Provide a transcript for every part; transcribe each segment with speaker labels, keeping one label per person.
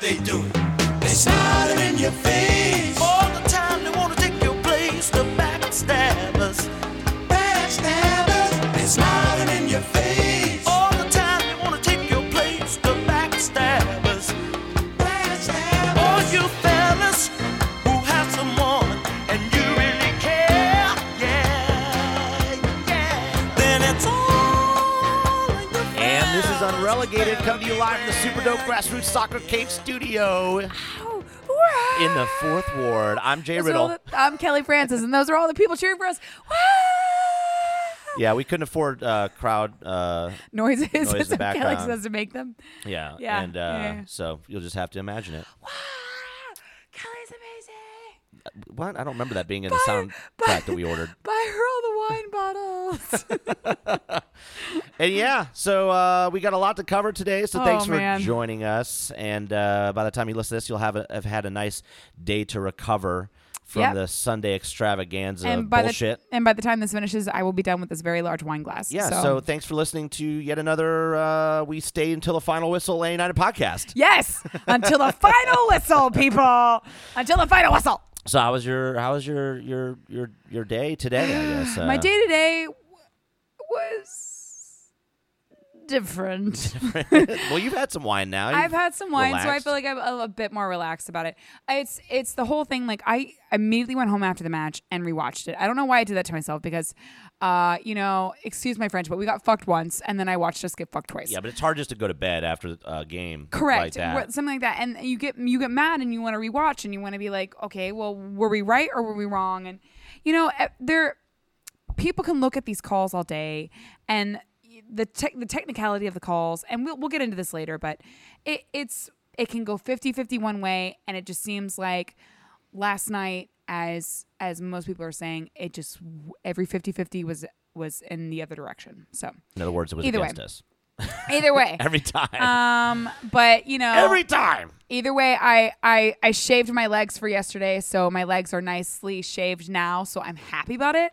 Speaker 1: they do it. They smiling in your face.
Speaker 2: All the time they wanna take your place, the backstabbers.
Speaker 1: Backstabbers. They smiling in your face.
Speaker 2: All the time they wanna take your place, the backstabbers.
Speaker 1: Backstabbers.
Speaker 2: All you fellas who have someone and you really care, yeah, yeah. Then it's all in your
Speaker 3: And this is Unrelegated, coming to you live from the Super Dope Grassroots Soccer Cave Studio in
Speaker 4: Oh, wow.
Speaker 3: the Fourth Ward. I'm Jay
Speaker 4: Those are all
Speaker 3: Riddle.
Speaker 4: the- I'm Kelly Francis, and those are all the people cheering for us. Wow.
Speaker 3: Yeah, we couldn't afford uh, crowd. Uh,
Speaker 4: Noises,
Speaker 3: Noise in
Speaker 4: as
Speaker 3: the
Speaker 4: Kelly
Speaker 3: background.
Speaker 4: says to make them.
Speaker 3: yeah,
Speaker 4: Yeah,
Speaker 3: and uh,
Speaker 4: yeah, yeah.
Speaker 3: so you'll just have to imagine it.
Speaker 4: Kelly's amazing.
Speaker 3: What? I don't remember that being in the sound
Speaker 4: Buy-
Speaker 3: track that we ordered.
Speaker 4: Buy her all the wine bottles.
Speaker 3: And yeah, so uh, we got a lot to cover today. So
Speaker 4: Oh,
Speaker 3: thanks
Speaker 4: man.
Speaker 3: for joining us. And uh, by the time you listen to this, you'll have, a, have had a nice day to recover from
Speaker 4: Yep.
Speaker 3: the Sunday extravaganza
Speaker 4: and by
Speaker 3: bullshit.
Speaker 4: the and by the time this finishes, I will be done with this very large wine glass.
Speaker 3: yeah, so.
Speaker 4: So,
Speaker 3: thanks for listening to yet another uh, We Stay Until the Final Whistle A United podcast.
Speaker 4: yes, until the final whistle, people. Until the final whistle.
Speaker 3: So how was your how was your your your your day today, I guess?
Speaker 4: My
Speaker 3: uh,
Speaker 4: day to day was different.
Speaker 3: well, you've had some wine now.
Speaker 4: I've
Speaker 3: You've
Speaker 4: had some wine, so I
Speaker 3: relaxed.
Speaker 4: feel like I'm a, a bit more relaxed about it. It's it's the whole thing. Like I immediately went home after the match and rewatched it. I don't know why I did that to myself because, uh, you know, excuse my French, but we got fucked once, and then I watched us get fucked twice.
Speaker 3: Yeah, but it's hard just to go to bed after a game. Like
Speaker 4: Correct,
Speaker 3: that.
Speaker 4: What- something like that, and you get you get mad and you want to rewatch and you want to be like, okay, well, were we right or were we wrong? And you know, eh, there people can look at these calls all day and the tech the technicality of the calls, and we'll we'll get into this later, but it it's it can go 50-50 one way, and it just seems like last night, as as most people are saying, it just every 50-50 was was in the other direction. So
Speaker 3: In other words, it was
Speaker 4: Either way.
Speaker 3: against us
Speaker 4: either way.
Speaker 3: every time.
Speaker 4: um, but you know,
Speaker 3: every time.
Speaker 4: either way I, I i shaved my legs for yesterday so my legs are nicely shaved now so i'm happy about it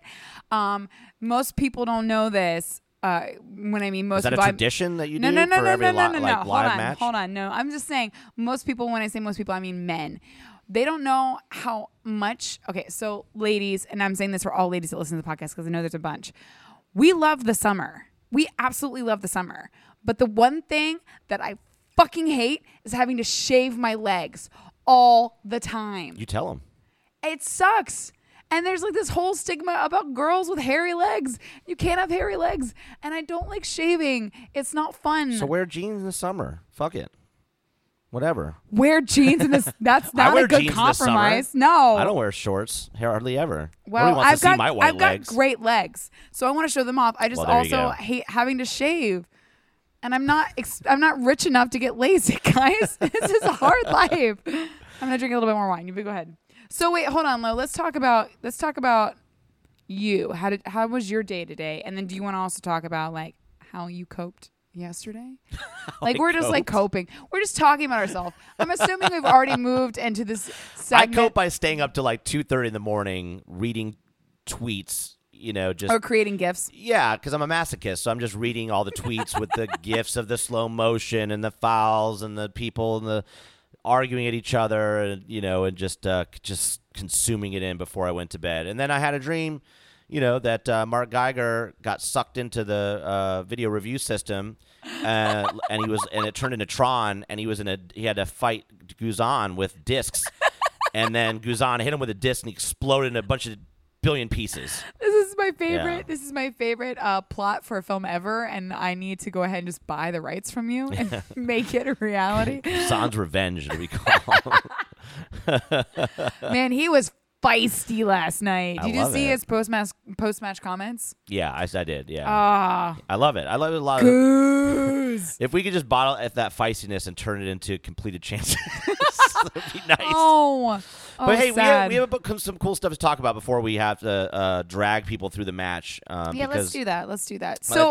Speaker 4: um most people don't know this uh when i mean most
Speaker 3: Is that a
Speaker 4: people I'm-
Speaker 3: tradition that you
Speaker 4: no,
Speaker 3: do
Speaker 4: no, no,
Speaker 3: for
Speaker 4: no,
Speaker 3: every
Speaker 4: no,
Speaker 3: li-
Speaker 4: no, no,
Speaker 3: like
Speaker 4: no.
Speaker 3: live
Speaker 4: hold on,
Speaker 3: match?
Speaker 4: Hold on, no. I'm just saying most people. When I say most people, I mean men. They don't know how much. Okay, so ladies, and I'm saying this for all ladies that listen to the podcast because I know there's a bunch. We love the summer. We absolutely love the summer. But the one thing that I fucking hate is having to shave my legs all the time
Speaker 3: You tell them.
Speaker 4: it sucks. And there's like this whole stigma about girls with hairy legs. You can't have hairy legs. And I don't like shaving. It's not fun.
Speaker 3: So wear jeans in the summer. Fuck it. Whatever.
Speaker 4: wear jeans in this. That's
Speaker 3: I
Speaker 4: not
Speaker 3: wear
Speaker 4: a good
Speaker 3: jeans in the
Speaker 4: compromise.
Speaker 3: summer.
Speaker 4: No.
Speaker 3: I don't wear shorts hardly ever. Nobody
Speaker 4: Well,
Speaker 3: wants
Speaker 4: I've
Speaker 3: to see
Speaker 4: got
Speaker 3: my white
Speaker 4: I've
Speaker 3: legs.
Speaker 4: got great legs, so I want to show them off. I just
Speaker 3: Well, there you
Speaker 4: also
Speaker 3: go.
Speaker 4: hate having to shave, and I'm not ex- I'm not rich enough to get lazy, guys. this is a hard life. I'm gonna drink a little bit more wine. You go ahead. So wait, hold on, Lo. Let's talk about let's talk about you. How did how was your day today? And then do you want to also talk about like how you coped yesterday? like
Speaker 3: I
Speaker 4: we're just like coping. We're just talking about ourselves. I'm assuming we've already moved into this
Speaker 3: I
Speaker 4: segment
Speaker 3: cope by staying up till like two thirty in the morning, reading tweets. You know, just
Speaker 4: or creating gifts.
Speaker 3: Yeah, because I'm a masochist, so I'm just reading all the tweets with the gifs of the slow motion and the fouls and the people and the arguing at each other, and you know, and just uh, c- just consuming it in before I went to bed. And then I had a dream, you know, that uh, Mark Geiger got sucked into the uh, video review system, uh, and he was, and it turned into Tron, and he was in a, he had to fight Guzan with discs, and then Guzan hit him with a disc and he exploded in a bunch of billion pieces.
Speaker 4: This is my favorite.
Speaker 3: Yeah.
Speaker 4: This is my favorite uh, plot for a film ever, and I need to go ahead and just buy the rights from you and make it a reality.
Speaker 3: Sans Revenge, we call.
Speaker 4: Man, he was feisty last night.
Speaker 3: I
Speaker 4: Did you
Speaker 3: love
Speaker 4: see
Speaker 3: it.
Speaker 4: his post match post match comments?
Speaker 3: Yeah, I, I did. Yeah,
Speaker 4: Ah,
Speaker 3: I love it. I love it a lot. Of,
Speaker 4: goose.
Speaker 3: if we could just bottle at that feistiness and turn it into completed chances, that'd be nice.
Speaker 4: Oh, oh,
Speaker 3: but hey, we
Speaker 4: sad.
Speaker 3: have, we have a book, some cool stuff to talk about before we have to uh, drag people through the match. Um,
Speaker 4: yeah,
Speaker 3: because
Speaker 4: let's do that. Let's do that.
Speaker 3: by
Speaker 4: So
Speaker 3: the-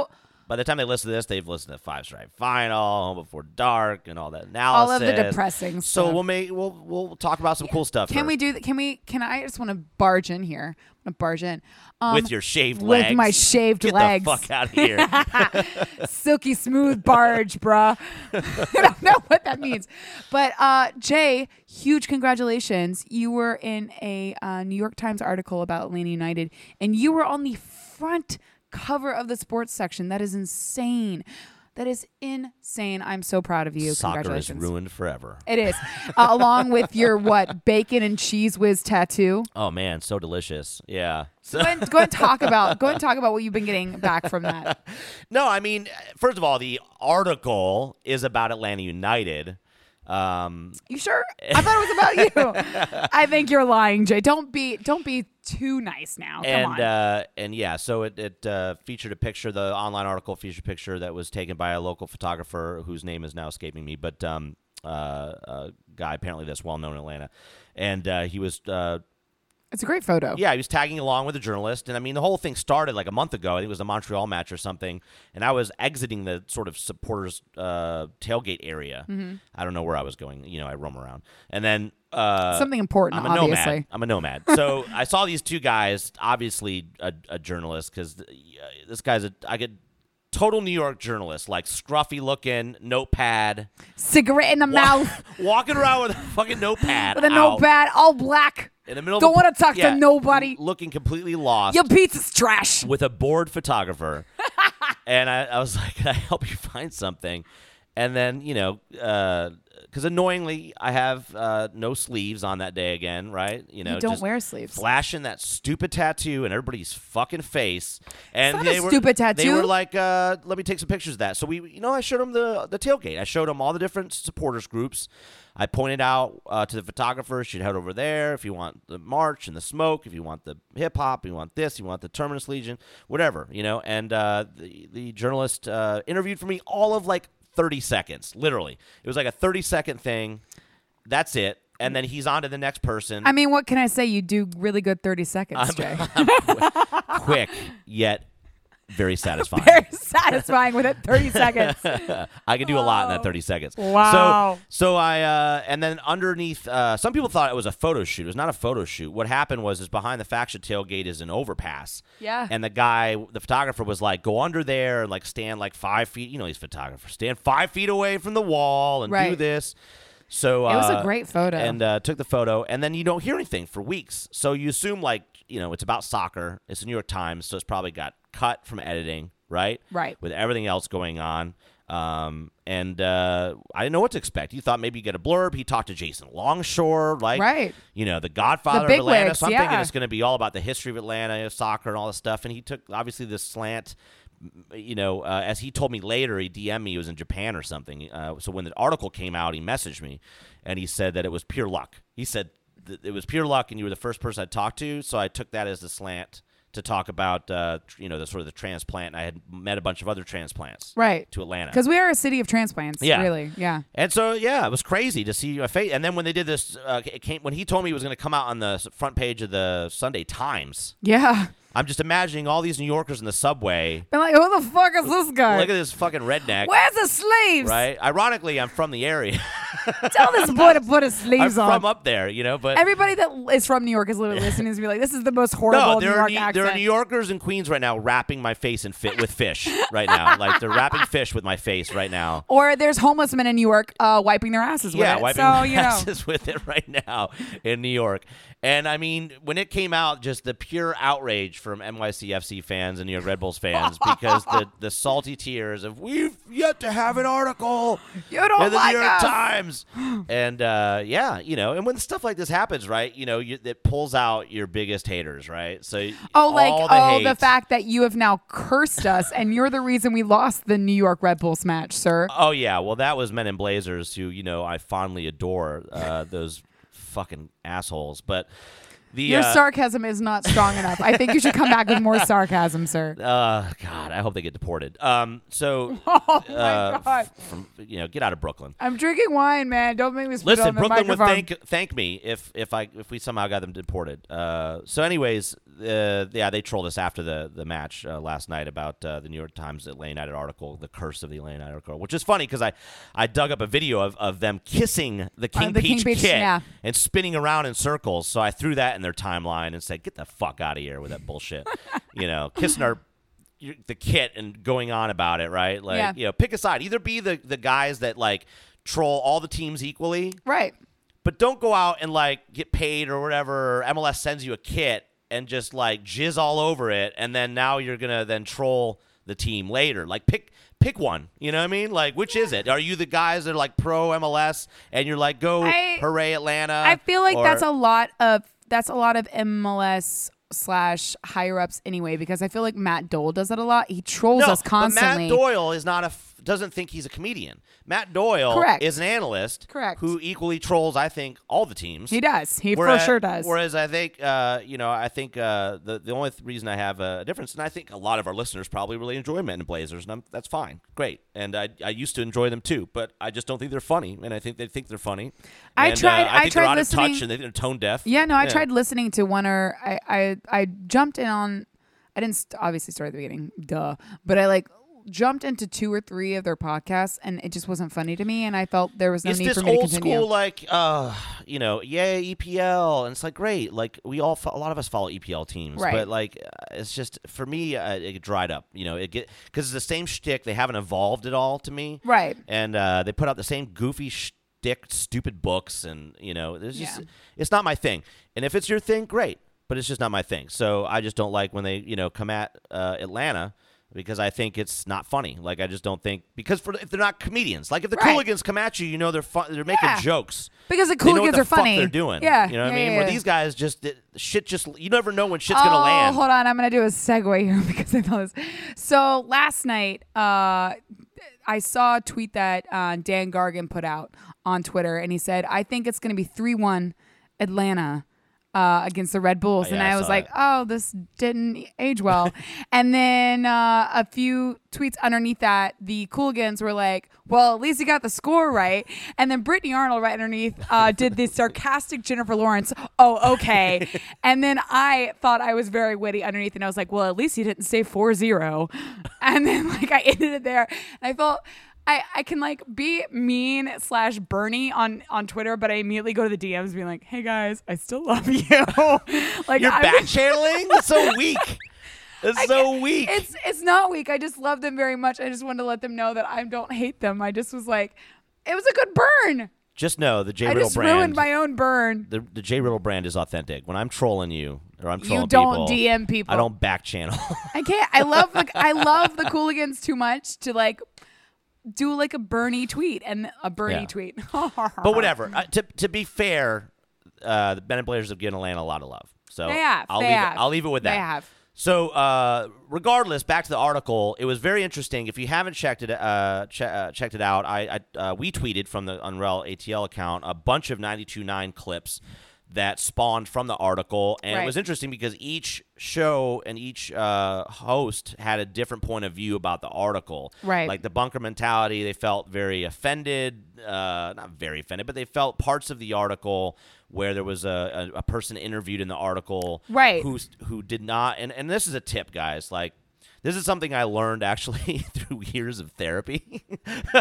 Speaker 3: by the, By the time they listen to this, they've listened to Five Stripe Final, Home Before Dark, and all that
Speaker 4: All
Speaker 3: analysis.
Speaker 4: of the depressing
Speaker 3: So
Speaker 4: stuff.
Speaker 3: we'll make we'll we'll talk about some cool stuff.
Speaker 4: Can
Speaker 3: for-
Speaker 4: we do that? Can we? Can I I just want to barge in here? I'm gonna barge in um,
Speaker 3: with your shaved
Speaker 4: with
Speaker 3: legs?
Speaker 4: my shaved
Speaker 3: Get
Speaker 4: legs.
Speaker 3: the fuck out of here.
Speaker 4: silky smooth barge, bruh. I don't know what that means. But uh, Jay, huge congratulations. You were in a uh, New York Times article about Atlanta United, and you were on the front cover of the sports section. That is insane. That is insane. I'm so proud of you.
Speaker 3: Soccer is
Speaker 4: congratulations.
Speaker 3: ruined forever.
Speaker 4: It is. Uh, along with your what bacon and cheese whiz tattoo.
Speaker 3: Oh man, so delicious. Yeah. So-
Speaker 4: Go and, go and talk about go and talk about what you've been getting back from that.
Speaker 3: No, I mean, first of all, the article is about Atlanta United. Um,
Speaker 4: You sure? I thought it was about you. I think you're lying, Jay. Don't be don't be too nice now. Come
Speaker 3: and
Speaker 4: on.
Speaker 3: uh, and yeah, so it, it uh, featured a picture. The online article featured a picture that was taken by a local photographer whose name is now escaping me, but um, uh, a guy apparently that's well known in Atlanta, and uh, he was uh,
Speaker 4: it's a great photo.
Speaker 3: Yeah, he was tagging along with a journalist, and I mean the whole thing started like a month ago. I think it was the Montreal match or something, and I was exiting the sort of supporters uh, tailgate area. I don't know where I was going. You know, I roam around, and then uh,
Speaker 4: Something
Speaker 3: I'm
Speaker 4: important,
Speaker 3: a
Speaker 4: obviously.
Speaker 3: nomad. I'm a nomad. So I saw these two guys, obviously a, a journalist, because this guy's a I get total New York journalist, like scruffy looking, notepad,
Speaker 4: Cigarette in the mouth
Speaker 3: walking around with a fucking notepad,
Speaker 4: with a
Speaker 3: out
Speaker 4: notepad, all black.
Speaker 3: in the middle.
Speaker 4: Don't
Speaker 3: want
Speaker 4: want to talk to nobody.
Speaker 3: Looking completely lost
Speaker 4: Your pizza's trash.
Speaker 3: with a bored photographer. and I, I was like, can I help you find something? And then, you know, because annoyingly, I have uh, no sleeves on that day again, right? You know,
Speaker 4: don't
Speaker 3: just
Speaker 4: wear sleeves.
Speaker 3: Flashing that stupid tattoo in everybody's fucking face. And
Speaker 4: not a
Speaker 3: they were,
Speaker 4: stupid
Speaker 3: They
Speaker 4: tattoo.
Speaker 3: were like, uh, let me take some pictures of that. So we, you know, I showed them the, the tailgate. I showed them all the different supporters groups. I pointed out uh, to the photographer, she'd head over there if you want the march and the smoke, if you want the hip hop, you want this, you want the Terminus Legion, whatever, you know. And uh, the, the journalist uh, interviewed for me all of like 30 seconds, literally. It was like a 30 second thing. That's it. And then he's on to the next person.
Speaker 4: I mean, what can I say? You do really good 30 seconds, Jay.
Speaker 3: quick, yet very satisfying.
Speaker 4: Very satisfying with it. 30 seconds.
Speaker 3: Uh, I can do a lot in that 30 seconds.
Speaker 4: Wow.
Speaker 3: So, so I, uh, and then underneath, uh, some people thought it was a photo shoot. It was not a photo shoot. What happened was, is behind the faction tailgate is an overpass.
Speaker 4: Yeah.
Speaker 3: And the guy, the photographer was like, go under there and like stand like five feet. You know, he's a photographer. Stand five feet away from the wall and do
Speaker 4: Right.
Speaker 3: this. So
Speaker 4: It was a
Speaker 3: uh,
Speaker 4: great photo.
Speaker 3: And uh, took the photo, and then you don't hear anything for weeks. So you assume like you know it's about soccer. It's the New York Times, so it's probably got cut from editing, right?
Speaker 4: Right.
Speaker 3: With everything else going on. Um, and uh, I didn't know what to expect. You thought maybe you get a blurb. He talked to Jason Longshore, like
Speaker 4: Right.
Speaker 3: you know the Godfather
Speaker 4: The
Speaker 3: of Atlanta.
Speaker 4: bigwigs,
Speaker 3: so I'm
Speaker 4: yeah.
Speaker 3: thinking it's going to be all about the history of Atlanta, you know, soccer, and all this stuff. And he took obviously this slant you know, uh, as he told me later, he DM'd me. He was in Japan or something. Uh, so when the article came out, he messaged me, and he said that it was pure luck. He said th- it was pure luck, and you were the first person I talked to. So I took that as the slant to talk about, uh, tr- you know, the sort of the transplant. I had met a bunch of other transplants,
Speaker 4: right.
Speaker 3: to Atlanta.
Speaker 4: Because we are a city of transplants,
Speaker 3: Yeah.
Speaker 4: really. Yeah.
Speaker 3: And so, yeah, it was crazy to see a face. And then when they did this, uh, it came when he told me he was going to come out on the s- front page of the Sunday Times.
Speaker 4: Yeah.
Speaker 3: I'm just imagining all these New Yorkers in the subway.
Speaker 4: And like, who the fuck is this guy?
Speaker 3: Look at this fucking redneck.
Speaker 4: Where's the sleeves?
Speaker 3: Right. Ironically, I'm from the area.
Speaker 4: Tell this boy to put his
Speaker 3: I'm
Speaker 4: sleeves on.
Speaker 3: from up there, you know. But
Speaker 4: Everybody that is from New York is literally listening to me like, this is the most
Speaker 3: no,
Speaker 4: horrible New
Speaker 3: there are
Speaker 4: York
Speaker 3: New,
Speaker 4: accent.
Speaker 3: there are New Yorkers in Queens right now wrapping my face in fit with fish right now. like they're wrapping fish with my face right now.
Speaker 4: or there's homeless men in New York uh, wiping their asses
Speaker 3: Yeah,
Speaker 4: with it.
Speaker 3: wiping
Speaker 4: so,
Speaker 3: my
Speaker 4: you know,
Speaker 3: asses with it right now in New York. And I mean, when it came out, just the pure outrage from NYCFC fans and New York Red Bulls fans because the, the salty tears of we've yet to have an article
Speaker 4: You don't
Speaker 3: in the
Speaker 4: like
Speaker 3: New York
Speaker 4: us."
Speaker 3: Times, and uh, yeah, you know, and when stuff like this happens, right, you know, you, it pulls out your biggest haters, right? So
Speaker 4: oh, like,
Speaker 3: all
Speaker 4: oh,
Speaker 3: hate,
Speaker 4: the fact that you have now cursed us and you're the reason we lost the New York Red Bulls match, sir.
Speaker 3: Oh yeah, well that was Men in Blazers, who you know I fondly adore. Uh, those fucking assholes, but The
Speaker 4: Your
Speaker 3: uh,
Speaker 4: sarcasm is not strong enough. I think you should come back with more sarcasm, sir.
Speaker 3: uh, God, I hope they get deported. Um, so
Speaker 4: Oh my
Speaker 3: uh,
Speaker 4: god.
Speaker 3: f- from you know, get out of Brooklyn.
Speaker 4: I'm drinking wine, man. Don't make me spit
Speaker 3: Listen,
Speaker 4: on the
Speaker 3: Brooklyn would
Speaker 4: microphone.
Speaker 3: thank thank me if if I if we somehow got them deported. Uh, so, anyways, uh, yeah, they trolled us after the the match uh, last night about uh, the New York Times Atlanta United article, the curse of the Atlanta United article, which is funny because I I dug up a video of, of them kissing the King
Speaker 4: Uh, the King
Speaker 3: Peach
Speaker 4: Peach,
Speaker 3: kid
Speaker 4: yeah.
Speaker 3: and spinning around in circles. So I threw that in their timeline and said, "Get the fuck out of here with that bullshit," you know, kissing our you- the kit and going on about it, right? Like,
Speaker 4: Yeah.
Speaker 3: you know, pick a side. Either be the the guys that like troll all the teams equally
Speaker 4: right.
Speaker 3: but don't go out and like get paid or whatever. MLS sends you a kit and just like jizz all over it, and then now you're gonna then troll the team later. Like pick pick one. You know what I mean? Like which is it? Are you the guys that are like pro MLS and you're like go
Speaker 4: I-
Speaker 3: hooray Atlanta?
Speaker 4: I feel like
Speaker 3: Or-
Speaker 4: that's a lot of that's a lot of MLS slash higher ups anyway because I feel like Matt Dole does it a lot. He trolls
Speaker 3: no,
Speaker 4: us constantly.
Speaker 3: But Matt Doyle is not a f- doesn't think he's a comedian. Matt Doyle
Speaker 4: Correct.
Speaker 3: is an analyst
Speaker 4: Correct.
Speaker 3: who equally trolls I think all the teams.
Speaker 4: he does. He
Speaker 3: Whereas-
Speaker 4: for sure does.
Speaker 3: Whereas I think, uh, you know, I think uh, the the only th- reason I have a difference, and I think a lot of our listeners probably really enjoy Men in Blazers, and I'm, that's fine, great. And I I used to enjoy them too, but I just don't think they're funny, and I think they think they're funny.
Speaker 4: I
Speaker 3: And, uh,
Speaker 4: tried- I
Speaker 3: I think
Speaker 4: tried
Speaker 3: they're out of
Speaker 4: listening-
Speaker 3: touch, and they think they're tone deaf.
Speaker 4: Yeah, no, I tried listening to one or I, I I jumped in on I didn't st- obviously start at the beginning, duh, but I like jumped into two or three of their podcasts and it just wasn't funny to me and I felt there was no
Speaker 3: it's
Speaker 4: need
Speaker 3: this
Speaker 4: for me to
Speaker 3: old
Speaker 4: continue.
Speaker 3: school like uh you know yay EPL and it's like great like we all fo- a lot of us follow EPL teams
Speaker 4: Right.
Speaker 3: but like uh, it's just for me uh, it dried up you know it get because it's the same shtick they haven't evolved at all to me
Speaker 4: Right.
Speaker 3: and uh, they put out the same goofy shtick stupid books and you know there's just
Speaker 4: Yeah.
Speaker 3: it's not my thing and if it's your thing great but it's just not my thing so I just don't like when they you know come at uh, Atlanta. Because I think it's not funny. Like I just don't think because for if they're not comedians, like if the
Speaker 4: Right.
Speaker 3: Cooligans Republicans come at you, you know they're fun, they're making
Speaker 4: Yeah.
Speaker 3: jokes.
Speaker 4: Because the
Speaker 3: They know what
Speaker 4: Cooligans
Speaker 3: the
Speaker 4: are funny.
Speaker 3: Fuck they're doing.
Speaker 4: Yeah,
Speaker 3: you know what
Speaker 4: yeah,
Speaker 3: I mean.
Speaker 4: yeah,
Speaker 3: Where
Speaker 4: yeah.
Speaker 3: these guys just it, shit just you never know when shit's
Speaker 4: oh,
Speaker 3: gonna land.
Speaker 4: hold on, I'm gonna do a segue here because I know this. So last night, uh, I saw a tweet that uh, Dan Gargan put out on Twitter, and he said, "I think it's gonna be three-one Atlanta." Uh, against the Red Bulls,
Speaker 3: yeah,
Speaker 4: and
Speaker 3: I
Speaker 4: I was
Speaker 3: saw
Speaker 4: like,
Speaker 3: that.
Speaker 4: "Oh, this didn't age well." and then uh, a few tweets underneath that, the Cooligans were like, "Well, at least he got the score right." And then Brittany Arnold, right underneath, uh, did the sarcastic Jennifer Lawrence, "Oh, okay." and then I thought I was very witty underneath, and I was like, "Well, at least he didn't say 4-0. And then like I ended it there, and I felt. I, I can like be mean slash Bernie on, on Twitter, but I immediately go to the DMs being like, "Hey guys, I still love you." like
Speaker 3: You're
Speaker 4: I'm-
Speaker 3: back channeling. That's so weak. It's so weak.
Speaker 4: it's it's not weak. I just love them very much. I just wanted to let them know that I don't hate them. I just was like, it was a good burn.
Speaker 3: just know the J
Speaker 4: I
Speaker 3: Riddle
Speaker 4: just
Speaker 3: brand.
Speaker 4: ruined my own burn.
Speaker 3: the the J Riddle brand is authentic. When I'm trolling you or I'm trolling
Speaker 4: don't
Speaker 3: people,
Speaker 4: DM people.
Speaker 3: I don't back channel.
Speaker 4: I can't. I love the I love the Cooligans too much to like do like a Bernie tweet and a Bernie
Speaker 3: Yeah.
Speaker 4: tweet.
Speaker 3: but whatever. Uh, to to be fair, uh, the Bennett Blazers have given Atlanta a lot of love. So
Speaker 4: They have,
Speaker 3: I'll
Speaker 4: they
Speaker 3: leave
Speaker 4: have.
Speaker 3: it. I'll leave it with
Speaker 4: They
Speaker 3: that.
Speaker 4: have.
Speaker 3: So, uh, regardless, back to the article. It was very interesting. If you haven't checked it, uh, che- uh, checked it out, I, I uh, we tweeted from the Unreal ATL account a bunch of 92.9 clips that spawned from the article, and
Speaker 4: Right.
Speaker 3: it was interesting because each show and each uh, host had a different point of view about the article.
Speaker 4: Right.
Speaker 3: Like the bunker mentality, they felt very offended. Uh, not very offended, but they felt parts of the article where there was a, a, a person interviewed in the article
Speaker 4: Right.
Speaker 3: who who did not and and this is a tip guys like this is something I learned actually through years of therapy.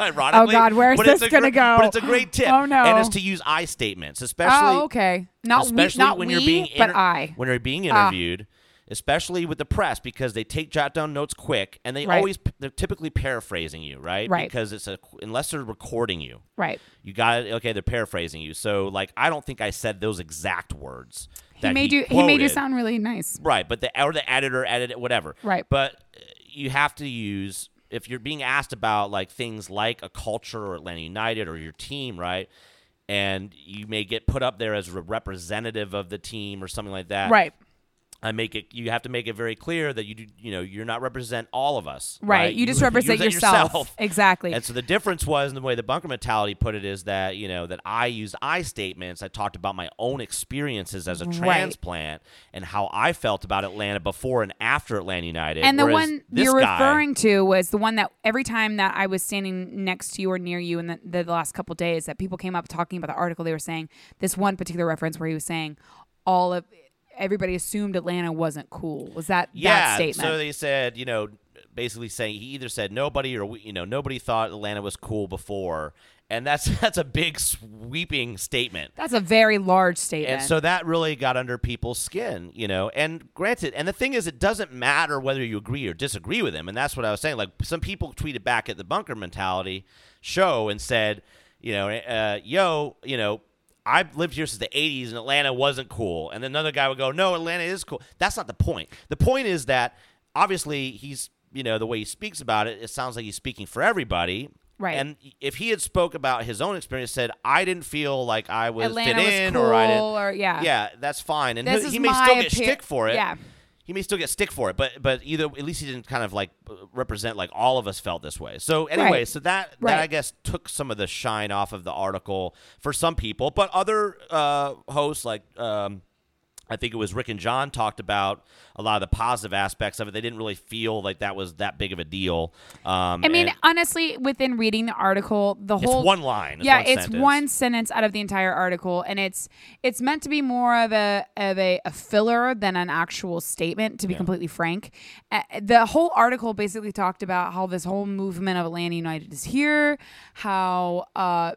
Speaker 3: Ironically,
Speaker 4: Oh, God, where's
Speaker 3: but it's
Speaker 4: this
Speaker 3: a gre-
Speaker 4: gonna go?
Speaker 3: But it's a great tip.
Speaker 4: Oh, no.
Speaker 3: And it's to use I statements, especially
Speaker 4: Oh, okay. Not we,
Speaker 3: especially
Speaker 4: not
Speaker 3: when
Speaker 4: we,
Speaker 3: you're being
Speaker 4: but
Speaker 3: inter-
Speaker 4: I. Ah.
Speaker 3: when you're being interviewed, especially with the press because they take jot down notes quick and they
Speaker 4: Right.
Speaker 3: always they're typically paraphrasing you, right?
Speaker 4: Right.
Speaker 3: Because it's a unless they're recording you.
Speaker 4: Right.
Speaker 3: You got it. Okay, they're paraphrasing you. So like, I don't think I said those exact words.
Speaker 4: He
Speaker 3: that
Speaker 4: made
Speaker 3: he
Speaker 4: you. He made you
Speaker 3: quoted.
Speaker 4: sound really nice.
Speaker 3: Right, but the or the editor edit it, whatever.
Speaker 4: Right.
Speaker 3: But uh, you have to use if you're being asked about like things like a culture or Atlanta United or your team, right? And you may get put up there as a representative of the team or something like that.
Speaker 4: Right.
Speaker 3: I make it. You have to make it very clear that you do. You know, you're not represent all of us.
Speaker 4: Right. You just represent yourself. Exactly.
Speaker 3: And so the difference was in the way the bunker mentality put it is that you know that I used I statements. I talked about my own experiences as a transplant and how I felt about Atlanta before and after Atlanta United.
Speaker 4: And the
Speaker 3: whereas
Speaker 4: one
Speaker 3: this
Speaker 4: you're
Speaker 3: guy-
Speaker 4: referring to was the one that every time that I was standing next to you or near you in the, the last couple days, that people came up talking about the article they were saying this one particular reference where he was saying all of everybody assumed Atlanta wasn't cool. Was that that
Speaker 3: yeah,
Speaker 4: statement?
Speaker 3: So they said, you know, basically saying he either said nobody or we, you know nobody thought Atlanta was cool before, and that's that's a big sweeping statement.
Speaker 4: That's a very large statement.
Speaker 3: And so that really got under people's skin, you know. And granted, and the thing is, it doesn't matter whether you agree or disagree with him. And that's what I was saying. Like some people tweeted back at the Bunker Mentality show and said, you know, uh, yo, you know, I've lived here since the '80s, and Atlanta wasn't cool. And another guy would go, no, Atlanta is cool. That's not the point. The point is that obviously he's, you know, the way he speaks about it, it sounds like he's speaking for everybody.
Speaker 4: Right.
Speaker 3: And if he had spoke about his own experience, said I didn't feel like I was
Speaker 4: Atlanta
Speaker 3: fit
Speaker 4: was
Speaker 3: in or I didn't,
Speaker 4: cool or- yeah.
Speaker 3: yeah, that's fine. And
Speaker 4: This
Speaker 3: he,
Speaker 4: is
Speaker 3: he may
Speaker 4: my
Speaker 3: still get
Speaker 4: opinion-
Speaker 3: stick for it.
Speaker 4: yeah.
Speaker 3: He may still get stick for it, but but either at least he didn't kind of like uh, represent like all of us felt this way. So anyway,
Speaker 4: Right.
Speaker 3: so that
Speaker 4: Right.
Speaker 3: that I guess took some of the shine off of the article for some people, but other uh, hosts like um, I think it was Rick and John talked about a lot of the positive aspects of it. They didn't really feel like that was that big of a deal. Um,
Speaker 4: I mean,
Speaker 3: and
Speaker 4: honestly, within reading the article, the
Speaker 3: It's
Speaker 4: whole
Speaker 3: one line. It's
Speaker 4: yeah,
Speaker 3: one
Speaker 4: it's
Speaker 3: sentence.
Speaker 4: one sentence out of the entire article, and it's it's meant to be more of a of a, a filler than an actual statement. To be completely frank, uh, the whole article basically talked about how this whole movement of Atlanta United is here, how. Uh,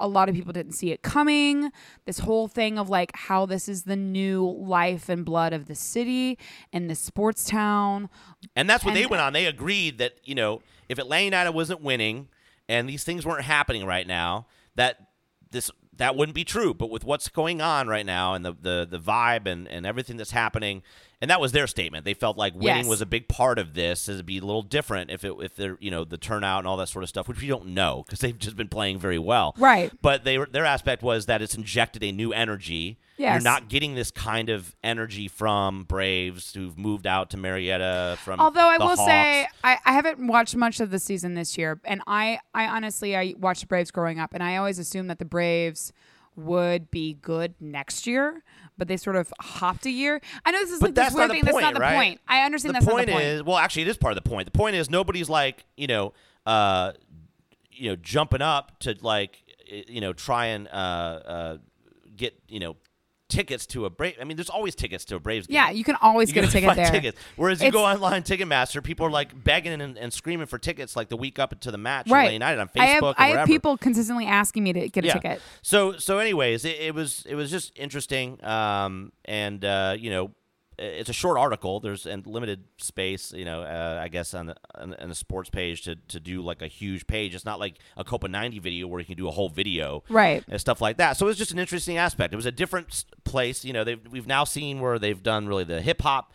Speaker 4: a lot of people didn't see it coming. This whole thing of like how this is the new life and blood of the city and the sports town.
Speaker 3: And that's what they
Speaker 4: And-
Speaker 3: went on. They agreed that, you know, if Atlanta United wasn't winning and these things weren't happening right now, that this that wouldn't be true. But with what's going on right now and the the, the vibe and, and everything that's happening, and that was their statement. They felt like winning
Speaker 4: Yes.
Speaker 3: was a big part of this. It'd be a little different if it if they're you know the turnout and all that sort of stuff, which we don't know because they've just been playing very well.
Speaker 4: Right.
Speaker 3: But they were- their aspect was that it's injected a new energy. You're
Speaker 4: Yes.
Speaker 3: not getting this kind of energy from Braves who've moved out to Marietta from
Speaker 4: Although I
Speaker 3: the
Speaker 4: will say
Speaker 3: Hawks.
Speaker 4: I, I haven't watched much of the season this year, and I I honestly I watched the Braves growing up, and I always assumed that the Braves would be good next year, but they sort of hopped a year. I know this is
Speaker 3: But
Speaker 4: like
Speaker 3: that's
Speaker 4: this weird
Speaker 3: not the
Speaker 4: thing.
Speaker 3: point,
Speaker 4: that's not the
Speaker 3: right?
Speaker 4: point. I understand
Speaker 3: the
Speaker 4: that's
Speaker 3: point
Speaker 4: not the point.
Speaker 3: is well, actually, it is part of the point. The point is nobody's like you know, uh, you know, jumping up to like i- you know try and uh, uh, get you know tickets to a Brave. I mean, there's always tickets to a Braves game.
Speaker 4: yeah, you can always
Speaker 3: You
Speaker 4: get a
Speaker 3: gotta
Speaker 4: ticket
Speaker 3: find
Speaker 4: there.
Speaker 3: Tickets. Whereas you
Speaker 4: It's-
Speaker 3: go online Ticketmaster, people are like begging and, and screaming for tickets like the week up to the match.
Speaker 4: Right.
Speaker 3: Late night on Facebook.
Speaker 4: I have,
Speaker 3: and
Speaker 4: I have
Speaker 3: wherever.
Speaker 4: people consistently asking me to get a ticket.
Speaker 3: So so anyways, it, it was it was just interesting. Um, and uh, you know, i- it's a short article. There's and limited space. You know, uh, I guess on the on, on the sports page to to do like a huge page. It's not like a Copa ninety video where you can do a whole video.
Speaker 4: Right.
Speaker 3: And stuff like that. So it was just an interesting aspect. It was a different s- place. You know, they've, we've now seen where they've done really the hip hop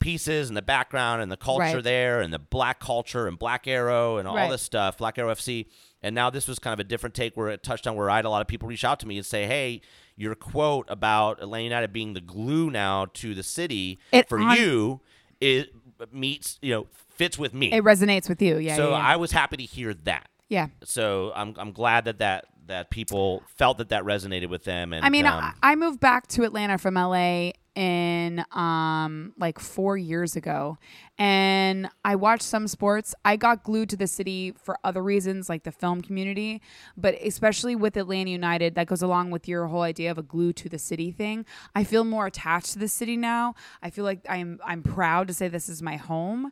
Speaker 3: pieces and the background and the culture
Speaker 4: Right.
Speaker 3: there and the black culture and Black Arrow and all
Speaker 4: Right.
Speaker 3: this stuff, Black Arrow FC. And now this was kind of a different take where it touched on where I had a lot of people reach out to me and say, hey, your quote about Atlanta United being the glue now to the city
Speaker 4: It
Speaker 3: for
Speaker 4: hon-
Speaker 3: you it meets, you know, fits with me.
Speaker 4: It resonates with you. Yeah.
Speaker 3: so
Speaker 4: yeah, yeah.
Speaker 3: I was happy to hear that.
Speaker 4: yeah.
Speaker 3: So I'm, I'm glad that, that that people felt that that resonated with them. And
Speaker 4: I mean,
Speaker 3: um,
Speaker 4: I, I moved back to Atlanta from LA in um like 4 years ago and I watched some sports. I got glued to the city for other reasons like the film community, but especially with Atlanta United that goes along with your whole idea of a glue to the city thing. I feel more attached to the city now. I feel like I'm I'm proud to say this is my home.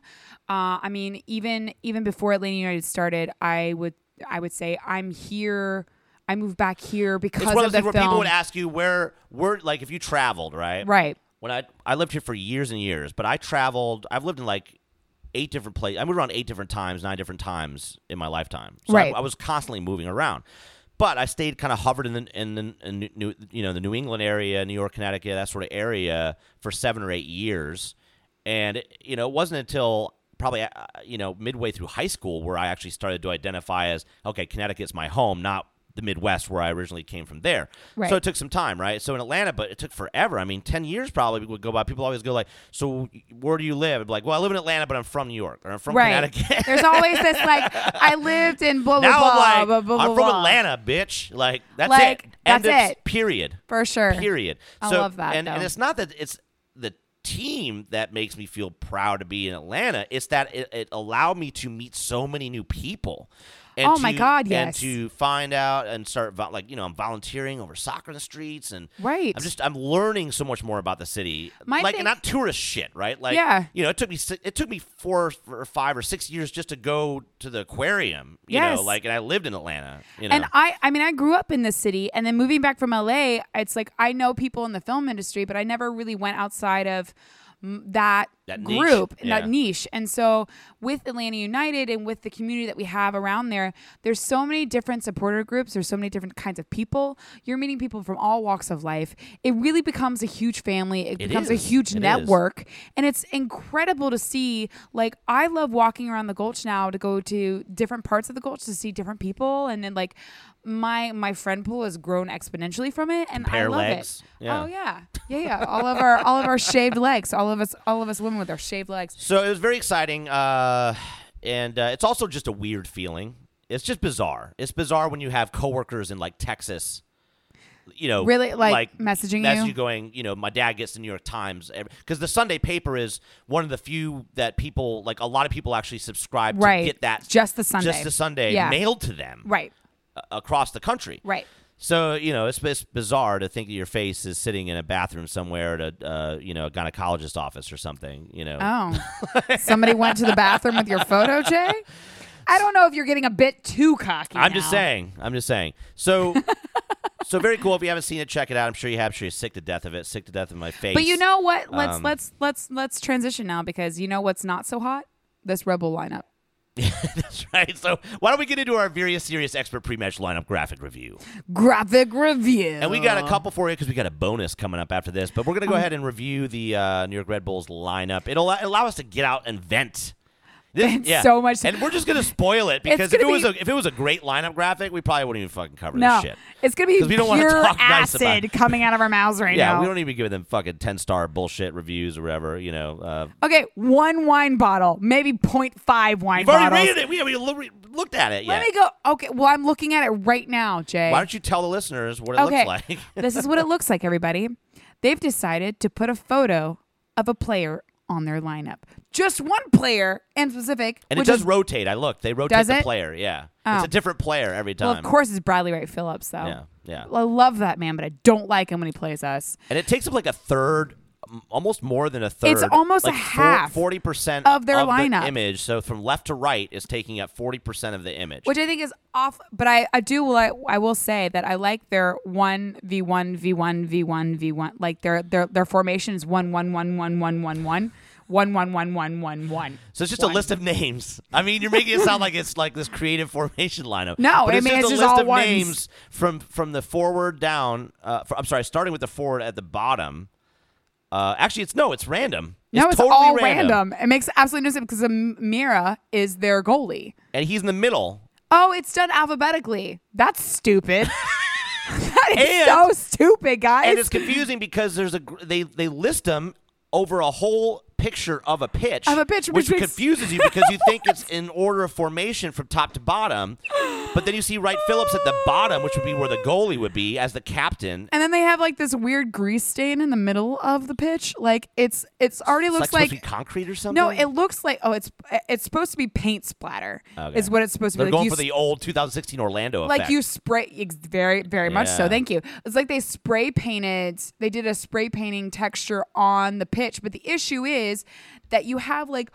Speaker 4: Uh, I mean, even even before Atlanta United started, I would I would say I'm here I moved back here because
Speaker 3: it's one
Speaker 4: of
Speaker 3: of
Speaker 4: the
Speaker 3: those things where
Speaker 4: film.
Speaker 3: people would ask you where where like if you traveled, right?
Speaker 4: right.
Speaker 3: When I I lived here for years and years, but I traveled. I've lived in like eight different places. I moved around eight different times, nine different times in my lifetime. So
Speaker 4: Right.
Speaker 3: I, I was constantly moving around. But I stayed kind of hovered in the in, the, in New, you know the New England area, New York, Connecticut, that sort of area for seven or eight years, and you know it wasn't until probably uh, you know midway through high school where I actually started to identify as okay, Connecticut's my home, not the Midwest where I originally came from there.
Speaker 4: Right.
Speaker 3: So it took some time, right? So in Atlanta, but it took forever. I mean, 10 years probably would go by. People always go like, so where do you live? I'd be like, well, I live in Atlanta, but I'm from New York or I'm from
Speaker 4: right.
Speaker 3: Connecticut.
Speaker 4: There's always this like I lived in blah blah
Speaker 3: now
Speaker 4: blah,
Speaker 3: I'm like,
Speaker 4: blah, blah,
Speaker 3: I'm from
Speaker 4: blah, blah."
Speaker 3: Atlanta, bitch. Like, that's
Speaker 4: Like,
Speaker 3: it.
Speaker 4: that's
Speaker 3: End of-
Speaker 4: it.
Speaker 3: Period.
Speaker 4: for sure.
Speaker 3: Period.
Speaker 4: I
Speaker 3: so,
Speaker 4: love that,
Speaker 3: And, and
Speaker 4: though.
Speaker 3: it's not that it's the team that makes me feel proud to be in Atlanta. It's that it, it allowed me to meet so many new people. And
Speaker 4: Oh my
Speaker 3: to-
Speaker 4: God,
Speaker 3: And
Speaker 4: yes.
Speaker 3: to find out and start vo- like you know I'm volunteering over soccer in the streets and
Speaker 4: Right.
Speaker 3: I'm just I'm learning so much more about the city.
Speaker 4: My
Speaker 3: like
Speaker 4: thing-
Speaker 3: and not tourist shit, right? Like
Speaker 4: Yeah.
Speaker 3: you know it took me si- it took me four or five or six years just to go to the aquarium. You
Speaker 4: Yes.
Speaker 3: know, like and I lived in Atlanta. You know,
Speaker 4: And I, I mean, I grew up in this city, and then moving back from LA, it's like I know people in the film industry, but I never really went outside of mm, that,
Speaker 3: That niche,
Speaker 4: group,
Speaker 3: yeah.
Speaker 4: that niche. And so, with Atlanta United and with the community that we have around there, there's so many different supporter groups. There's so many different kinds of people. You're meeting people from all walks of life. It really becomes a huge family. It,
Speaker 3: It
Speaker 4: becomes a
Speaker 3: is.
Speaker 4: huge
Speaker 3: It is.
Speaker 4: network work. and it's incredible to see like i love walking around the gulch now to go to different parts of the gulch to see different people and then like my my friend pool has grown exponentially from it and i
Speaker 3: Compare
Speaker 4: love
Speaker 3: legs.
Speaker 4: it
Speaker 3: Yeah.
Speaker 4: oh yeah yeah yeah all of our all of our shaved legs all of us all of us women with our shaved legs
Speaker 3: So it was very exciting, uh, and uh, it's also just a weird feeling. It's just bizarre. It's bizarre when you have coworkers in like Texas, you know,
Speaker 4: Really, like, messaging
Speaker 3: message
Speaker 4: you?
Speaker 3: going, you know, my dad gets the New York Times because the Sunday paper is one of the few that people like. A lot of people actually subscribe
Speaker 4: Right.
Speaker 3: to get that
Speaker 4: Just the Sunday.
Speaker 3: just the Sunday
Speaker 4: Yeah.
Speaker 3: mailed to them
Speaker 4: right
Speaker 3: a- across the country,
Speaker 4: right
Speaker 3: so you know, it's, it's bizarre to think that your face is sitting in a bathroom somewhere at a uh, you know a gynecologist office or something. You know,
Speaker 4: oh somebody went to the bathroom with your photo jay i don't know if you're getting a bit too cocky
Speaker 3: I'm just
Speaker 4: now.
Speaker 3: saying. I'm just saying. So, so very cool. If you haven't seen it, check it out. I'm sure you have. I'm sure you're sick to death of it. Sick to death of my face.
Speaker 4: But you know what? Let's
Speaker 3: Um,
Speaker 4: let's let's let's transition now because you know what's not so hot? This rebel lineup.
Speaker 3: that's right. So why don't we get into our various serious expert pre-match lineup graphic review?
Speaker 4: Graphic review.
Speaker 3: And we got a couple for you because we got a bonus coming up after this. But we're gonna go ahead and review the uh, New York Red Bulls lineup. It'll allow, allow us to get out and vent. This-
Speaker 4: Vent so much.
Speaker 3: and we're just gonna spoil it because if
Speaker 4: gonna
Speaker 3: it was
Speaker 4: be-
Speaker 3: a if it was a great lineup graphic, we probably wouldn't even fucking cover
Speaker 4: no.
Speaker 3: this shit.
Speaker 4: It's gonna be
Speaker 3: 'Cause we don't wanna
Speaker 4: pure
Speaker 3: talk nice
Speaker 4: acid
Speaker 3: about it.
Speaker 4: coming out of our mouths right
Speaker 3: Yeah,
Speaker 4: now.
Speaker 3: we don't even give them fucking ten star bullshit reviews or whatever. You know, uh,
Speaker 4: okay, one wine bottle, maybe 0.5 wine
Speaker 3: You've already
Speaker 4: bottles.
Speaker 3: rated it. We haven't even lo- looked at it yet.
Speaker 4: Let me go. Okay, well I'm looking at it right now, Jay.
Speaker 3: Why don't you tell the listeners what it
Speaker 4: okay,
Speaker 3: looks like?
Speaker 4: this is what it looks like, everybody. They've decided to put a photo of a player on their lineup. Just one player in specific.
Speaker 3: And it
Speaker 4: which
Speaker 3: does
Speaker 4: is
Speaker 3: rotate. I looked. They rotate
Speaker 4: Does
Speaker 3: the
Speaker 4: it?
Speaker 3: player. Yeah,
Speaker 4: Oh.
Speaker 3: it's a different player every time.
Speaker 4: Well, of course, it's Bradley Wright Phillips, though.
Speaker 3: Yeah, yeah.
Speaker 4: I love that man, but I don't like him when he plays us.
Speaker 3: And it takes up like a third, m- almost more than a third.
Speaker 4: almost a half
Speaker 3: Forty percent
Speaker 4: of their lineup.
Speaker 3: image. So from left to right is taking up forty percent of the image.
Speaker 4: Which I think is off, but I, I do like I will say that I like their one v one v one v one v one like their their their formation is one one one one one one one one one one one one one.
Speaker 3: so it's just a list of names. I mean, you're making it sound like it's like this creative formation lineup.
Speaker 4: No,
Speaker 3: but
Speaker 4: I
Speaker 3: it's
Speaker 4: mean,
Speaker 3: just a
Speaker 4: it's just
Speaker 3: list
Speaker 4: all
Speaker 3: of
Speaker 4: ones.
Speaker 3: names from from the forward down. Uh, fr- I'm sorry, starting with the forward at the bottom. Uh, actually, it's no, it's random.
Speaker 4: No, it's
Speaker 3: totally
Speaker 4: all random. It makes absolutely no sense because Am- Mira is their goalie.
Speaker 3: and he's in the middle.
Speaker 4: Oh, it's done alphabetically. That's stupid. that is
Speaker 3: And-
Speaker 4: so stupid, guys.
Speaker 3: and it's confusing because there's a gr- they they list them over a whole picture of a pitch
Speaker 4: Of a pitch,
Speaker 3: which,
Speaker 4: which makes-
Speaker 3: confuses you because you think it's in order of formation from top to bottom but then you see Wright Phillips at the bottom which would be where the goalie would be as the captain
Speaker 4: And then they have like this weird grease stain in the middle of the pitch. Like it's it's already
Speaker 3: it's like,
Speaker 4: looks
Speaker 3: supposed
Speaker 4: like,
Speaker 3: to be concrete or something
Speaker 4: no, it looks like oh, it's it's supposed to be paint splatter.
Speaker 3: Okay.
Speaker 4: Is what it's supposed to
Speaker 3: they're
Speaker 4: be.
Speaker 3: going
Speaker 4: like you
Speaker 3: for the old 2016 Orlando
Speaker 4: like
Speaker 3: effect
Speaker 4: you spray ex- very very much so
Speaker 3: Yeah.
Speaker 4: thank you it's like they spray painted they did a spray painting texture on the pitch but the issue is that you have like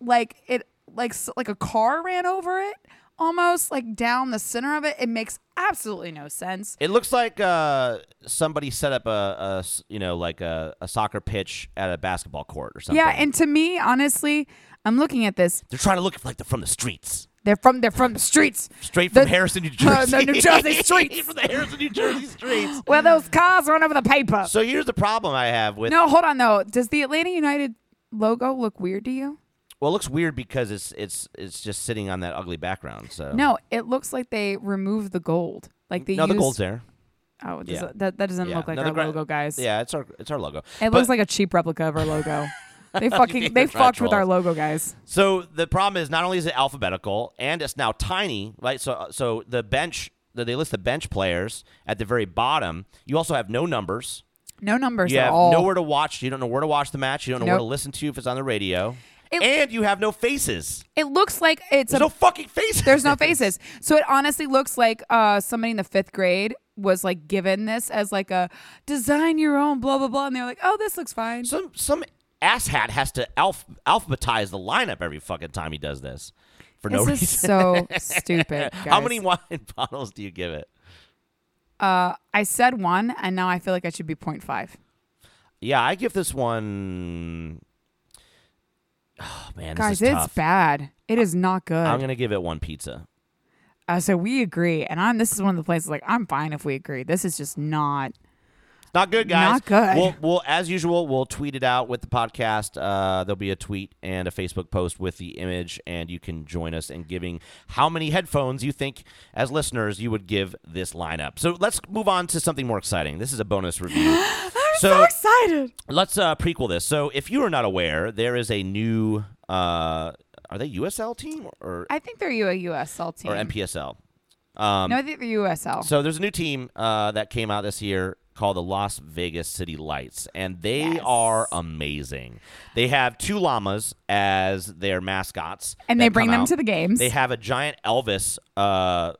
Speaker 4: like it like s- like a car ran over it almost like down the center of it it makes absolutely no sense
Speaker 3: It looks like uh, somebody set up a, a s- you know like a, a soccer pitch at a basketball court or something.
Speaker 4: yeah and to me honestly i'm looking at this
Speaker 3: they're trying to look like they're from the streets,
Speaker 4: They're from they're from the streets.
Speaker 3: straight from
Speaker 4: The-
Speaker 3: Harrison, New
Speaker 4: uh,
Speaker 3: Jersey.
Speaker 4: the New Jersey streets.
Speaker 3: from the Harrison, New Jersey streets.
Speaker 4: Where those cars run over the paper.
Speaker 3: So here's the problem I have with.
Speaker 4: no, hold on though. Does the Atlanta United logo look weird to you?
Speaker 3: Well, it looks weird because it's it's it's just sitting on that ugly background. So
Speaker 4: No, it looks like they removed the gold. Like they
Speaker 3: no, the
Speaker 4: use-
Speaker 3: gold's there.
Speaker 4: Oh, does
Speaker 3: Yeah.
Speaker 4: it- that that doesn't
Speaker 3: Yeah.
Speaker 4: look like
Speaker 3: No,
Speaker 4: our
Speaker 3: the gra-
Speaker 4: logo, guys.
Speaker 3: Yeah, it's our it's our logo.
Speaker 4: It
Speaker 3: But-
Speaker 4: looks like a cheap replica of our logo. They fucking they
Speaker 3: They're trying to
Speaker 4: fucked with
Speaker 3: troll
Speaker 4: our
Speaker 3: us.
Speaker 4: logo, guys.
Speaker 3: So the problem is not only is it alphabetical and it's now tiny, right? So so the bench that they list the bench players at the very bottom. You also have no numbers.
Speaker 4: No numbers
Speaker 3: You
Speaker 4: at
Speaker 3: have
Speaker 4: all.
Speaker 3: nowhere to watch. You don't know where to watch the match. You don't know where to
Speaker 4: Nope.
Speaker 3: listen to if it's on the radio.
Speaker 4: It-
Speaker 3: and you have no faces.
Speaker 4: it looks like it's
Speaker 3: There's
Speaker 4: a
Speaker 3: no fucking faces.
Speaker 4: There's no faces. So it honestly looks like uh, somebody in the fifth grade was like given this as like a design your own blah blah blah, and they're like, oh, this looks fine.
Speaker 3: Some some asshat has to alph- alphabetize the lineup every fucking time he does this for no
Speaker 4: this
Speaker 3: reason.
Speaker 4: is so stupid.
Speaker 3: How
Speaker 4: guys.
Speaker 3: many wine bottles do you give it?
Speaker 4: I said one, and now I feel like I should be 0.5.
Speaker 3: Yeah, I give this one. Oh man, this
Speaker 4: Guys,
Speaker 3: is
Speaker 4: it's
Speaker 3: tough.
Speaker 4: bad. It is not good.
Speaker 3: I'm gonna give it one pizza.
Speaker 4: uh, so we agree, and I'm. This is one of the places like I'm fine if we agree. This is just not.
Speaker 3: It's not good, guys.
Speaker 4: Not good.
Speaker 3: We'll, we'll, as usual, we'll tweet it out with the podcast. Uh, there'll be a tweet and a Facebook post with the image, and you can join us in giving how many headphones you think, as listeners, you would give this lineup. So let's move on to something more exciting. This is a bonus review.
Speaker 4: so excited.
Speaker 3: Let's uh, prequel this. So, if you are not aware, there is a new. Uh, are they USL team or
Speaker 4: I think they're a USL team.
Speaker 3: or MPSL?
Speaker 4: no, I think they're USL.
Speaker 3: So there's a new team uh, that came out this year called the Las Vegas City Lights, and they
Speaker 4: Yes.
Speaker 3: are amazing. They have two llamas as their mascots,
Speaker 4: And
Speaker 3: that
Speaker 4: they bring
Speaker 3: come
Speaker 4: them
Speaker 3: out.
Speaker 4: to the games.
Speaker 3: They have a giant Elvis, uh, uh,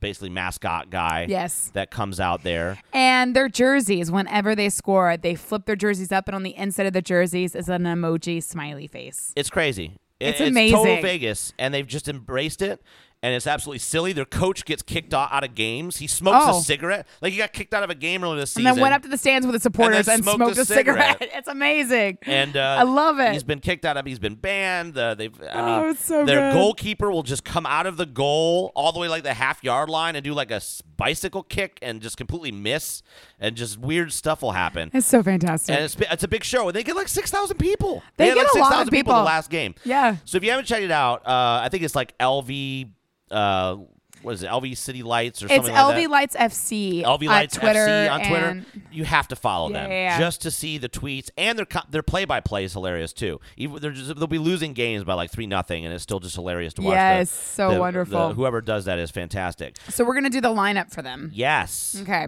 Speaker 3: basically mascot guy.
Speaker 4: Yes.
Speaker 3: that comes out there.
Speaker 4: And their jerseys, whenever they score, they flip their jerseys up, and on the inside of the jerseys is an emoji smiley face.
Speaker 3: It's crazy. It-
Speaker 4: It's
Speaker 3: total
Speaker 4: amazing.
Speaker 3: Vegas, and they've just embraced it. And it's absolutely silly. Their coach gets kicked out out of games. He smokes
Speaker 4: Oh.
Speaker 3: a cigarette. Like he got kicked out of a game earlier this
Speaker 4: And
Speaker 3: season.
Speaker 4: then went up to the stands with the supporters and,
Speaker 3: smoked
Speaker 4: smoked
Speaker 3: a
Speaker 4: a cigarette.
Speaker 3: cigarette.
Speaker 4: It's amazing.
Speaker 3: and uh,
Speaker 4: I love it.
Speaker 3: He's been kicked out of. He's been banned. Uh, they've. I
Speaker 4: Oh,
Speaker 3: mean,
Speaker 4: it's so
Speaker 3: their
Speaker 4: good.
Speaker 3: goalkeeper will just come out of the goal all the way like the half yard line and do like a s- bicycle kick and just completely miss, and just weird stuff will happen.
Speaker 4: it's so fantastic.
Speaker 3: And it's, bi- it's a big show, and they get like six thousand people.
Speaker 4: They
Speaker 3: had,
Speaker 4: get
Speaker 3: like
Speaker 4: a lot of
Speaker 3: 6,000 people. The
Speaker 4: people.
Speaker 3: last game.
Speaker 4: Yeah.
Speaker 3: So if you haven't checked it out, uh, I think it's like LV. Uh, what is it? LV City Lights or
Speaker 4: it's
Speaker 3: something like
Speaker 4: LV
Speaker 3: that.
Speaker 4: Lights FC.
Speaker 3: LV Lights
Speaker 4: on Twitter
Speaker 3: FC on
Speaker 4: and-
Speaker 3: Twitter. You have to follow
Speaker 4: Yeah,
Speaker 3: them
Speaker 4: yeah, yeah.
Speaker 3: just to see the tweets and their co- their play by play is hilarious too. Even they're just, they'll be losing games by like three nothing, and it's still just hilarious to watch. the-
Speaker 4: Yes, so
Speaker 3: the-
Speaker 4: wonderful.
Speaker 3: the- whoever does that is fantastic.
Speaker 4: So we're gonna do the lineup for them.
Speaker 3: Yes,
Speaker 4: Okay.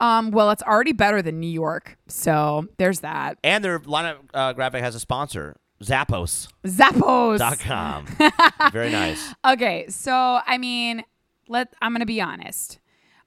Speaker 4: Um, well, it's already better than New York, so there's that.
Speaker 3: and their lineup uh, graphic has a sponsor, Zappos.com.
Speaker 4: Zappos.
Speaker 3: Very nice.
Speaker 4: Okay, so I mean, let I'm gonna be honest.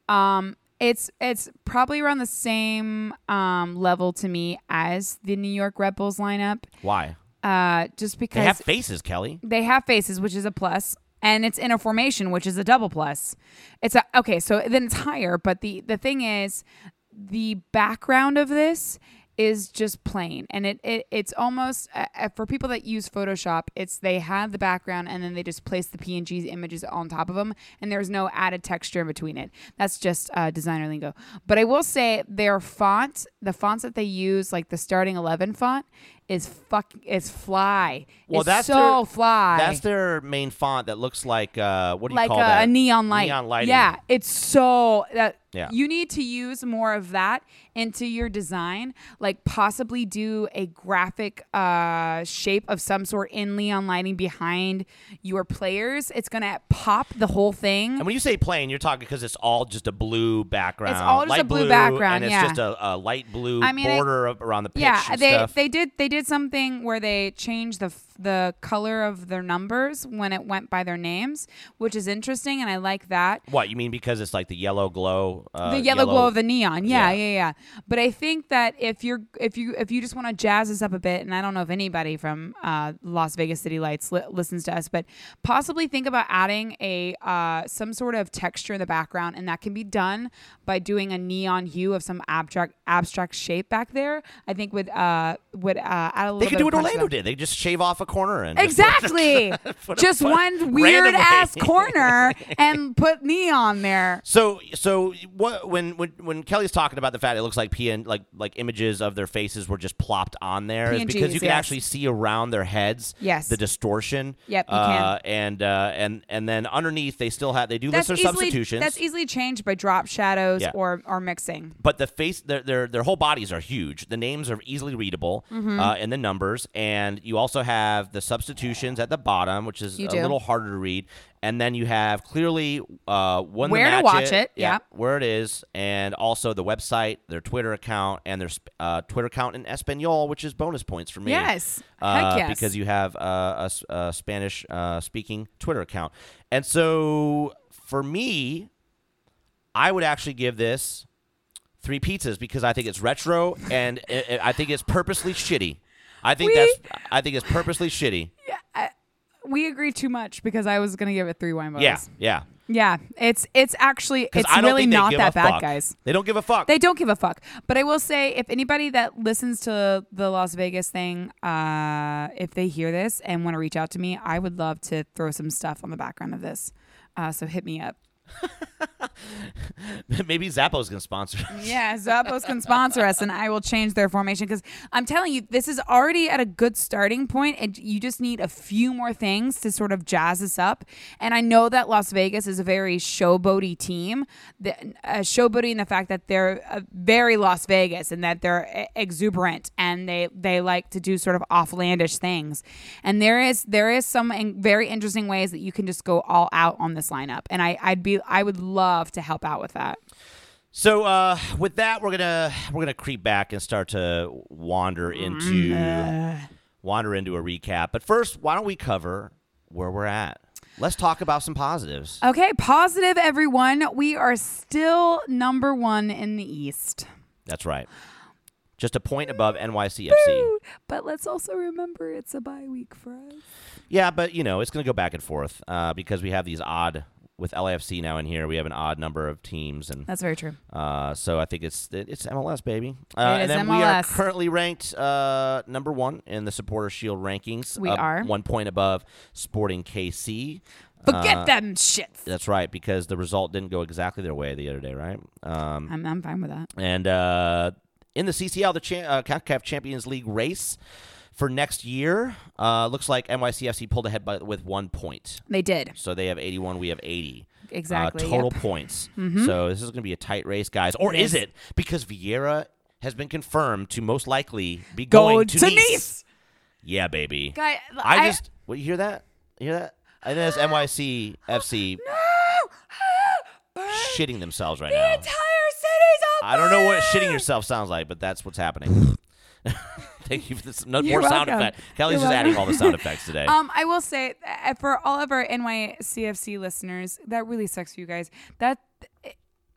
Speaker 4: Um, it's it's probably around the same um, level to me as the New York Red Bulls lineup,
Speaker 3: Why
Speaker 4: uh, just because
Speaker 3: they have faces, Kelly?
Speaker 4: they have faces, which is a plus, and it's in a formation, which is a double plus. It's a okay, so then it's higher, but the the thing is, the background of this is just plain, and it, it it's almost uh, uh, for people that use Photoshop, it's they have the background and then they just place the PNG images on top of them, and there's no added texture in between it. That's just uh, designer lingo. But I will say their font, the fonts that they use, like the starting eleven font. Is fuck is fly.
Speaker 3: Well,
Speaker 4: It's
Speaker 3: that's
Speaker 4: so
Speaker 3: their-
Speaker 4: fly.
Speaker 3: That's their main font that looks like uh, what do you
Speaker 4: like
Speaker 3: call
Speaker 4: a,
Speaker 3: that?
Speaker 4: a neon light.
Speaker 3: Neon lighting.
Speaker 4: Yeah, it's so that
Speaker 3: Yeah.
Speaker 4: you need to use more of that into your design. Like possibly do a graphic uh, shape of some sort in neon lighting behind your players. It's gonna pop the whole thing.
Speaker 3: And when you say plain, you're talking because it's all just a blue background.
Speaker 4: all just a
Speaker 3: light
Speaker 4: blue background,
Speaker 3: and it's
Speaker 4: yeah.
Speaker 3: just a, a light blue
Speaker 4: I mean, it-
Speaker 3: border up around the pitch.
Speaker 4: yeah,
Speaker 3: and
Speaker 4: they
Speaker 3: stuff.
Speaker 4: they did they did something where they changed the f- the color of their numbers when it went by their names, which is interesting, and I like that.
Speaker 3: What you mean because it's like the yellow glow? Uh,
Speaker 4: the yellow, glow of the
Speaker 3: It
Speaker 4: neon. Yeah,
Speaker 3: Yeah.
Speaker 4: yeah, yeah, But I think that if you're if you if you just want to jazz this up a bit, and I don't know if anybody from uh, Las Vegas City Lights li- listens to us, but possibly think about adding a uh, some sort of texture in the background, and that can be done by doing a neon hue of some abstract abstract shape back there. I think would uh would uh add a little.
Speaker 3: They
Speaker 4: bit
Speaker 3: could do what
Speaker 4: of punch to
Speaker 3: Orlando
Speaker 4: them.
Speaker 3: did. They just shave off a a corner and just put-
Speaker 4: Exactly.
Speaker 3: put a
Speaker 4: Just
Speaker 3: fuck-
Speaker 4: one weird
Speaker 3: randomly.
Speaker 4: ass corner and put me on there.
Speaker 3: So so what when when when Kelly's talking about the fact it looks like PN like like images of their faces were just plopped on there is because
Speaker 4: PNGs,
Speaker 3: you can
Speaker 4: yes.
Speaker 3: actually see around their heads
Speaker 4: Yes.
Speaker 3: the distortion.
Speaker 4: Yep, you
Speaker 3: uh, And uh, and and then underneath they still have they do list
Speaker 4: That's
Speaker 3: their
Speaker 4: easily
Speaker 3: substitutions.
Speaker 4: that's easily changed by drop shadows
Speaker 3: Yeah.
Speaker 4: or or mixing.
Speaker 3: but the face their their, their whole bodies are huge the names are easily readable
Speaker 4: Mm-hmm.
Speaker 3: uh, and the numbers and you also have the substitutions at the bottom which is
Speaker 4: You
Speaker 3: a
Speaker 4: do.
Speaker 3: little harder to read and then you have clearly uh, when
Speaker 4: Where to
Speaker 3: the match
Speaker 4: watch it, yeah.
Speaker 3: where it is and also the website their twitter account and their sp- uh, twitter account in espanol which is bonus points for me
Speaker 4: Yes.
Speaker 3: uh,
Speaker 4: Heck yes.
Speaker 3: because you have uh, a, s- a spanish uh, speaking twitter account and so for me i would actually give this three pizzas because I think it's retro and i i I think it's purposely shitty. I think
Speaker 4: We-
Speaker 3: that's I think it's purposely shitty.
Speaker 4: We agree too much because I was gonna give it three wine bottles.
Speaker 3: Yeah, yeah.
Speaker 4: Yeah, it's it's actually it's
Speaker 3: I don't
Speaker 4: really
Speaker 3: think they
Speaker 4: not
Speaker 3: give
Speaker 4: that
Speaker 3: a
Speaker 4: bad,
Speaker 3: fuck.
Speaker 4: guys.
Speaker 3: They don't give a fuck.
Speaker 4: They don't give a fuck. But I will say, if anybody that listens to the Las Vegas thing, uh, if they hear this and want to reach out to me, I would love to throw some stuff on the background of this. Uh, so hit me up.
Speaker 3: Maybe Zappos can sponsor. us.
Speaker 4: Yeah, Zappos can sponsor us, and I will change their formation because I'm telling you, this is already at a good starting point, and you just need a few more things to sort of jazz us up. And I know that Las Vegas is a very showboaty team, the, uh, showboaty in the fact that they're uh, very Las Vegas and that they're e- exuberant and they they like to do sort of offlandish things. And there is there is some in- very interesting ways that you can just go all out on this lineup, and I I'd be I would love to help out with that.
Speaker 3: So uh, with that, we're gonna we're gonna creep back and start to wander into wander into a recap. But first, why don't we cover where we're at? Let's talk about some positives.
Speaker 4: Okay, positive everyone. We are still number one in the East.
Speaker 3: That's right. Just a point above NYCFC.
Speaker 4: But let's also remember it's a bye week for us.
Speaker 3: Yeah, but you know, it's going to go back and forth uh, because we have these odd with LAFC now in here. We have an odd number of teams, and
Speaker 4: That's very true.
Speaker 3: uh, so I think it's it- it's MLS baby. Uh,
Speaker 4: It
Speaker 3: and
Speaker 4: is
Speaker 3: then we are
Speaker 4: MLS.
Speaker 3: currently ranked uh, number one in the Supporter Shield rankings.
Speaker 4: We
Speaker 3: up
Speaker 4: are.
Speaker 3: one point above Sporting KC.
Speaker 4: Forget them shits.
Speaker 3: That's right, because the result didn't go exactly their way the other day, right? Um,
Speaker 4: I'm, I'm fine with that.
Speaker 3: and uh, in the CCL, the cha- uh, CONCACAF Champions League race for next year, uh, looks like NYCFC pulled ahead by, with one point.
Speaker 4: They did.
Speaker 3: So they have 81, we have 80.
Speaker 4: Exactly,
Speaker 3: Uh, total
Speaker 4: yep. Mm-hmm.
Speaker 3: points. So this is going to be a tight race, guys. Or
Speaker 4: It
Speaker 3: is
Speaker 4: is.
Speaker 3: it? Because Vieira has been confirmed to most likely be
Speaker 4: Go
Speaker 3: going to,
Speaker 4: to
Speaker 3: Nice.
Speaker 4: Nice.
Speaker 3: Yeah, baby.
Speaker 4: Guy-
Speaker 3: I,
Speaker 4: I-
Speaker 3: just. What, you hear that? You hear that? And then it's NYC FC shitting themselves right now.
Speaker 4: Entire city's on
Speaker 3: I don't know what shitting yourself sounds like, but that's what's happening. Thank you for this. No
Speaker 4: You're
Speaker 3: more sound
Speaker 4: welcome.
Speaker 3: effect. Kelly's
Speaker 4: You're
Speaker 3: just adding
Speaker 4: welcome.
Speaker 3: all the sound effects today.
Speaker 4: Um, I will say uh, for all of our NYCFC listeners, that really sucks for you guys. That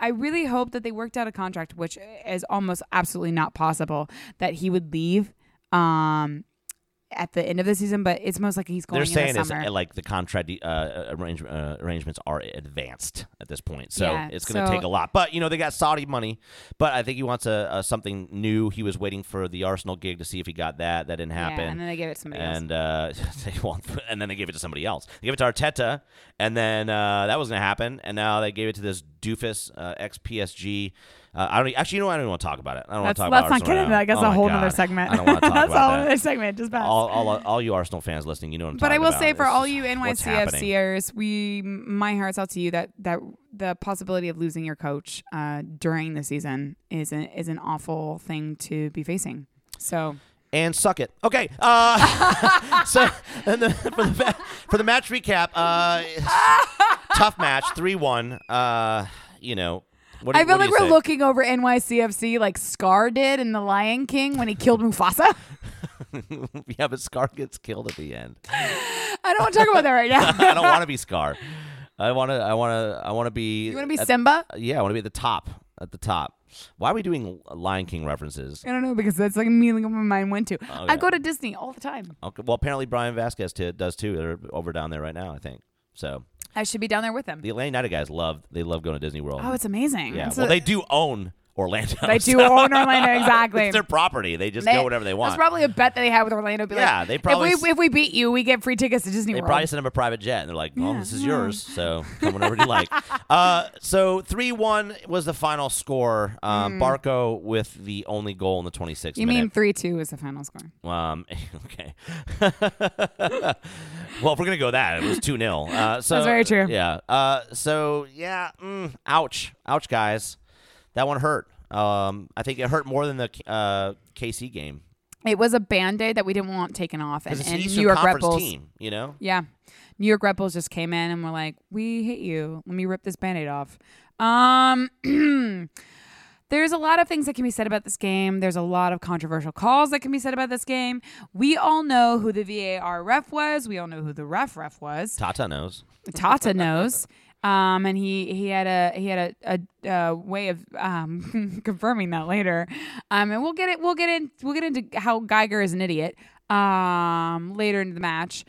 Speaker 4: I really hope that they worked out a contract, which is almost absolutely not possible, that he would leave um, at the end of the season. But it's most likely he's going
Speaker 3: They're
Speaker 4: in
Speaker 3: saying
Speaker 4: the
Speaker 3: is
Speaker 4: summer.
Speaker 3: uh, like the contract uh, arrange, uh, arrangements are advanced at this point, so
Speaker 4: Yeah,
Speaker 3: it's going to
Speaker 4: so-
Speaker 3: take a lot. But you know they got Saudi money, but I think he wants a, a something new. He was waiting for the Arsenal gig to see if he got that. That didn't
Speaker 4: yeah,
Speaker 3: happen.
Speaker 4: and then they give it to somebody else.
Speaker 3: and uh, they want, and then they gave it to somebody else. They gave it to Arteta, and then uh, that was gonna happen, and now they gave it to this doofus uh, ex PSG. Uh, I don't actually, you know, what? I don't even want to talk about it. I don't want
Speaker 4: Let's,
Speaker 3: to talk
Speaker 4: let's
Speaker 3: about
Speaker 4: not
Speaker 3: Arsenal
Speaker 4: get
Speaker 3: right
Speaker 4: into
Speaker 3: now.
Speaker 4: that.
Speaker 3: Oh
Speaker 4: That's a
Speaker 3: my
Speaker 4: whole
Speaker 3: God.
Speaker 4: other segment.
Speaker 3: I don't want to talk
Speaker 4: That's
Speaker 3: about
Speaker 4: a whole
Speaker 3: that.
Speaker 4: other segment. Just pass.
Speaker 3: All, all, all you Arsenal fans listening, you know what I'm
Speaker 4: But
Speaker 3: talking
Speaker 4: I will
Speaker 3: about.
Speaker 4: say for
Speaker 3: This
Speaker 4: all
Speaker 3: is
Speaker 4: you
Speaker 3: what's happening.
Speaker 4: NYCFCers, we my heart's out to you that that the possibility of losing your coach uh, during the season is an is an awful thing to be facing. So
Speaker 3: and suck it. Okay. Uh, so and the, for, the, ma- for the match recap, uh, tough match, three one. Uh, you know, what do,
Speaker 4: I feel
Speaker 3: what do
Speaker 4: like
Speaker 3: you
Speaker 4: we're
Speaker 3: say?
Speaker 4: looking over NYCFC like Scar did in The Lion King when he killed Mufasa.
Speaker 3: yeah, but Scar gets killed at the end.
Speaker 4: I don't want to talk about that right now.
Speaker 3: I don't want to be Scar. I want to. I want to. I want to be.
Speaker 4: You want to be
Speaker 3: at-
Speaker 4: Simba?
Speaker 3: Yeah, I want to be at the top. At the top. Why are we doing Lion King references?
Speaker 4: I don't know because that's like immediately what my mind went to.
Speaker 3: Oh, yeah.
Speaker 4: I go to Disney all the time.
Speaker 3: Okay. Well, apparently Brian Vasquez t- does too. They're over down there right now, I think. So
Speaker 4: I should be down there with them.
Speaker 3: the Atlanta United guys love. They love going to Disney World.
Speaker 4: Oh, it's amazing.
Speaker 3: yeah.
Speaker 4: It's
Speaker 3: well,
Speaker 4: a-
Speaker 3: they do own Orlando.
Speaker 4: They do own Orlando exactly.
Speaker 3: It's their property. They just
Speaker 4: They-
Speaker 3: go whatever they want.
Speaker 4: That's probably a bet that they had with Orlando. Be
Speaker 3: Yeah,
Speaker 4: like,
Speaker 3: they probably
Speaker 4: If
Speaker 3: s-
Speaker 4: we, if we beat you, we get free tickets to Disney
Speaker 3: They
Speaker 4: World.
Speaker 3: probably sent him a private jet, and they're like, "Well,
Speaker 4: Yeah,
Speaker 3: this is
Speaker 4: no.
Speaker 3: yours, so come whenever you like." Uh, so three one was the final score. Um, Barco with the only goal in the 26th
Speaker 4: Mm. you mean
Speaker 3: minute.
Speaker 4: three two is the final score?
Speaker 3: um, okay. well, if we're gonna go that, it was two 0 uh, so,
Speaker 4: That's very true.
Speaker 3: Yeah. Uh, so yeah. Mm, ouch. Ouch, guys. That one hurt. Um, I think it hurt more than the uh, KC game.
Speaker 4: It was a band aid that we didn't want taken off, and,
Speaker 3: 'Cause it's an
Speaker 4: and New
Speaker 3: Eastern
Speaker 4: York Red
Speaker 3: Conference
Speaker 4: Bulls.
Speaker 3: team, you know.
Speaker 4: Yeah, New York Red Bulls just came in and were like, "We hate you. Let me rip this band aid off." Um. There's a lot of things that can be said about this game. There's a lot of controversial calls that can be said about this game. We all know who the VAR ref was. We all know who the ref ref was.
Speaker 3: Tata knows.
Speaker 4: Tata knows. Um, and he, he had a he had a, a, uh way of um, confirming that later. Um, and we'll get it we'll get in we'll get into how Geiger is an idiot um, later into the match.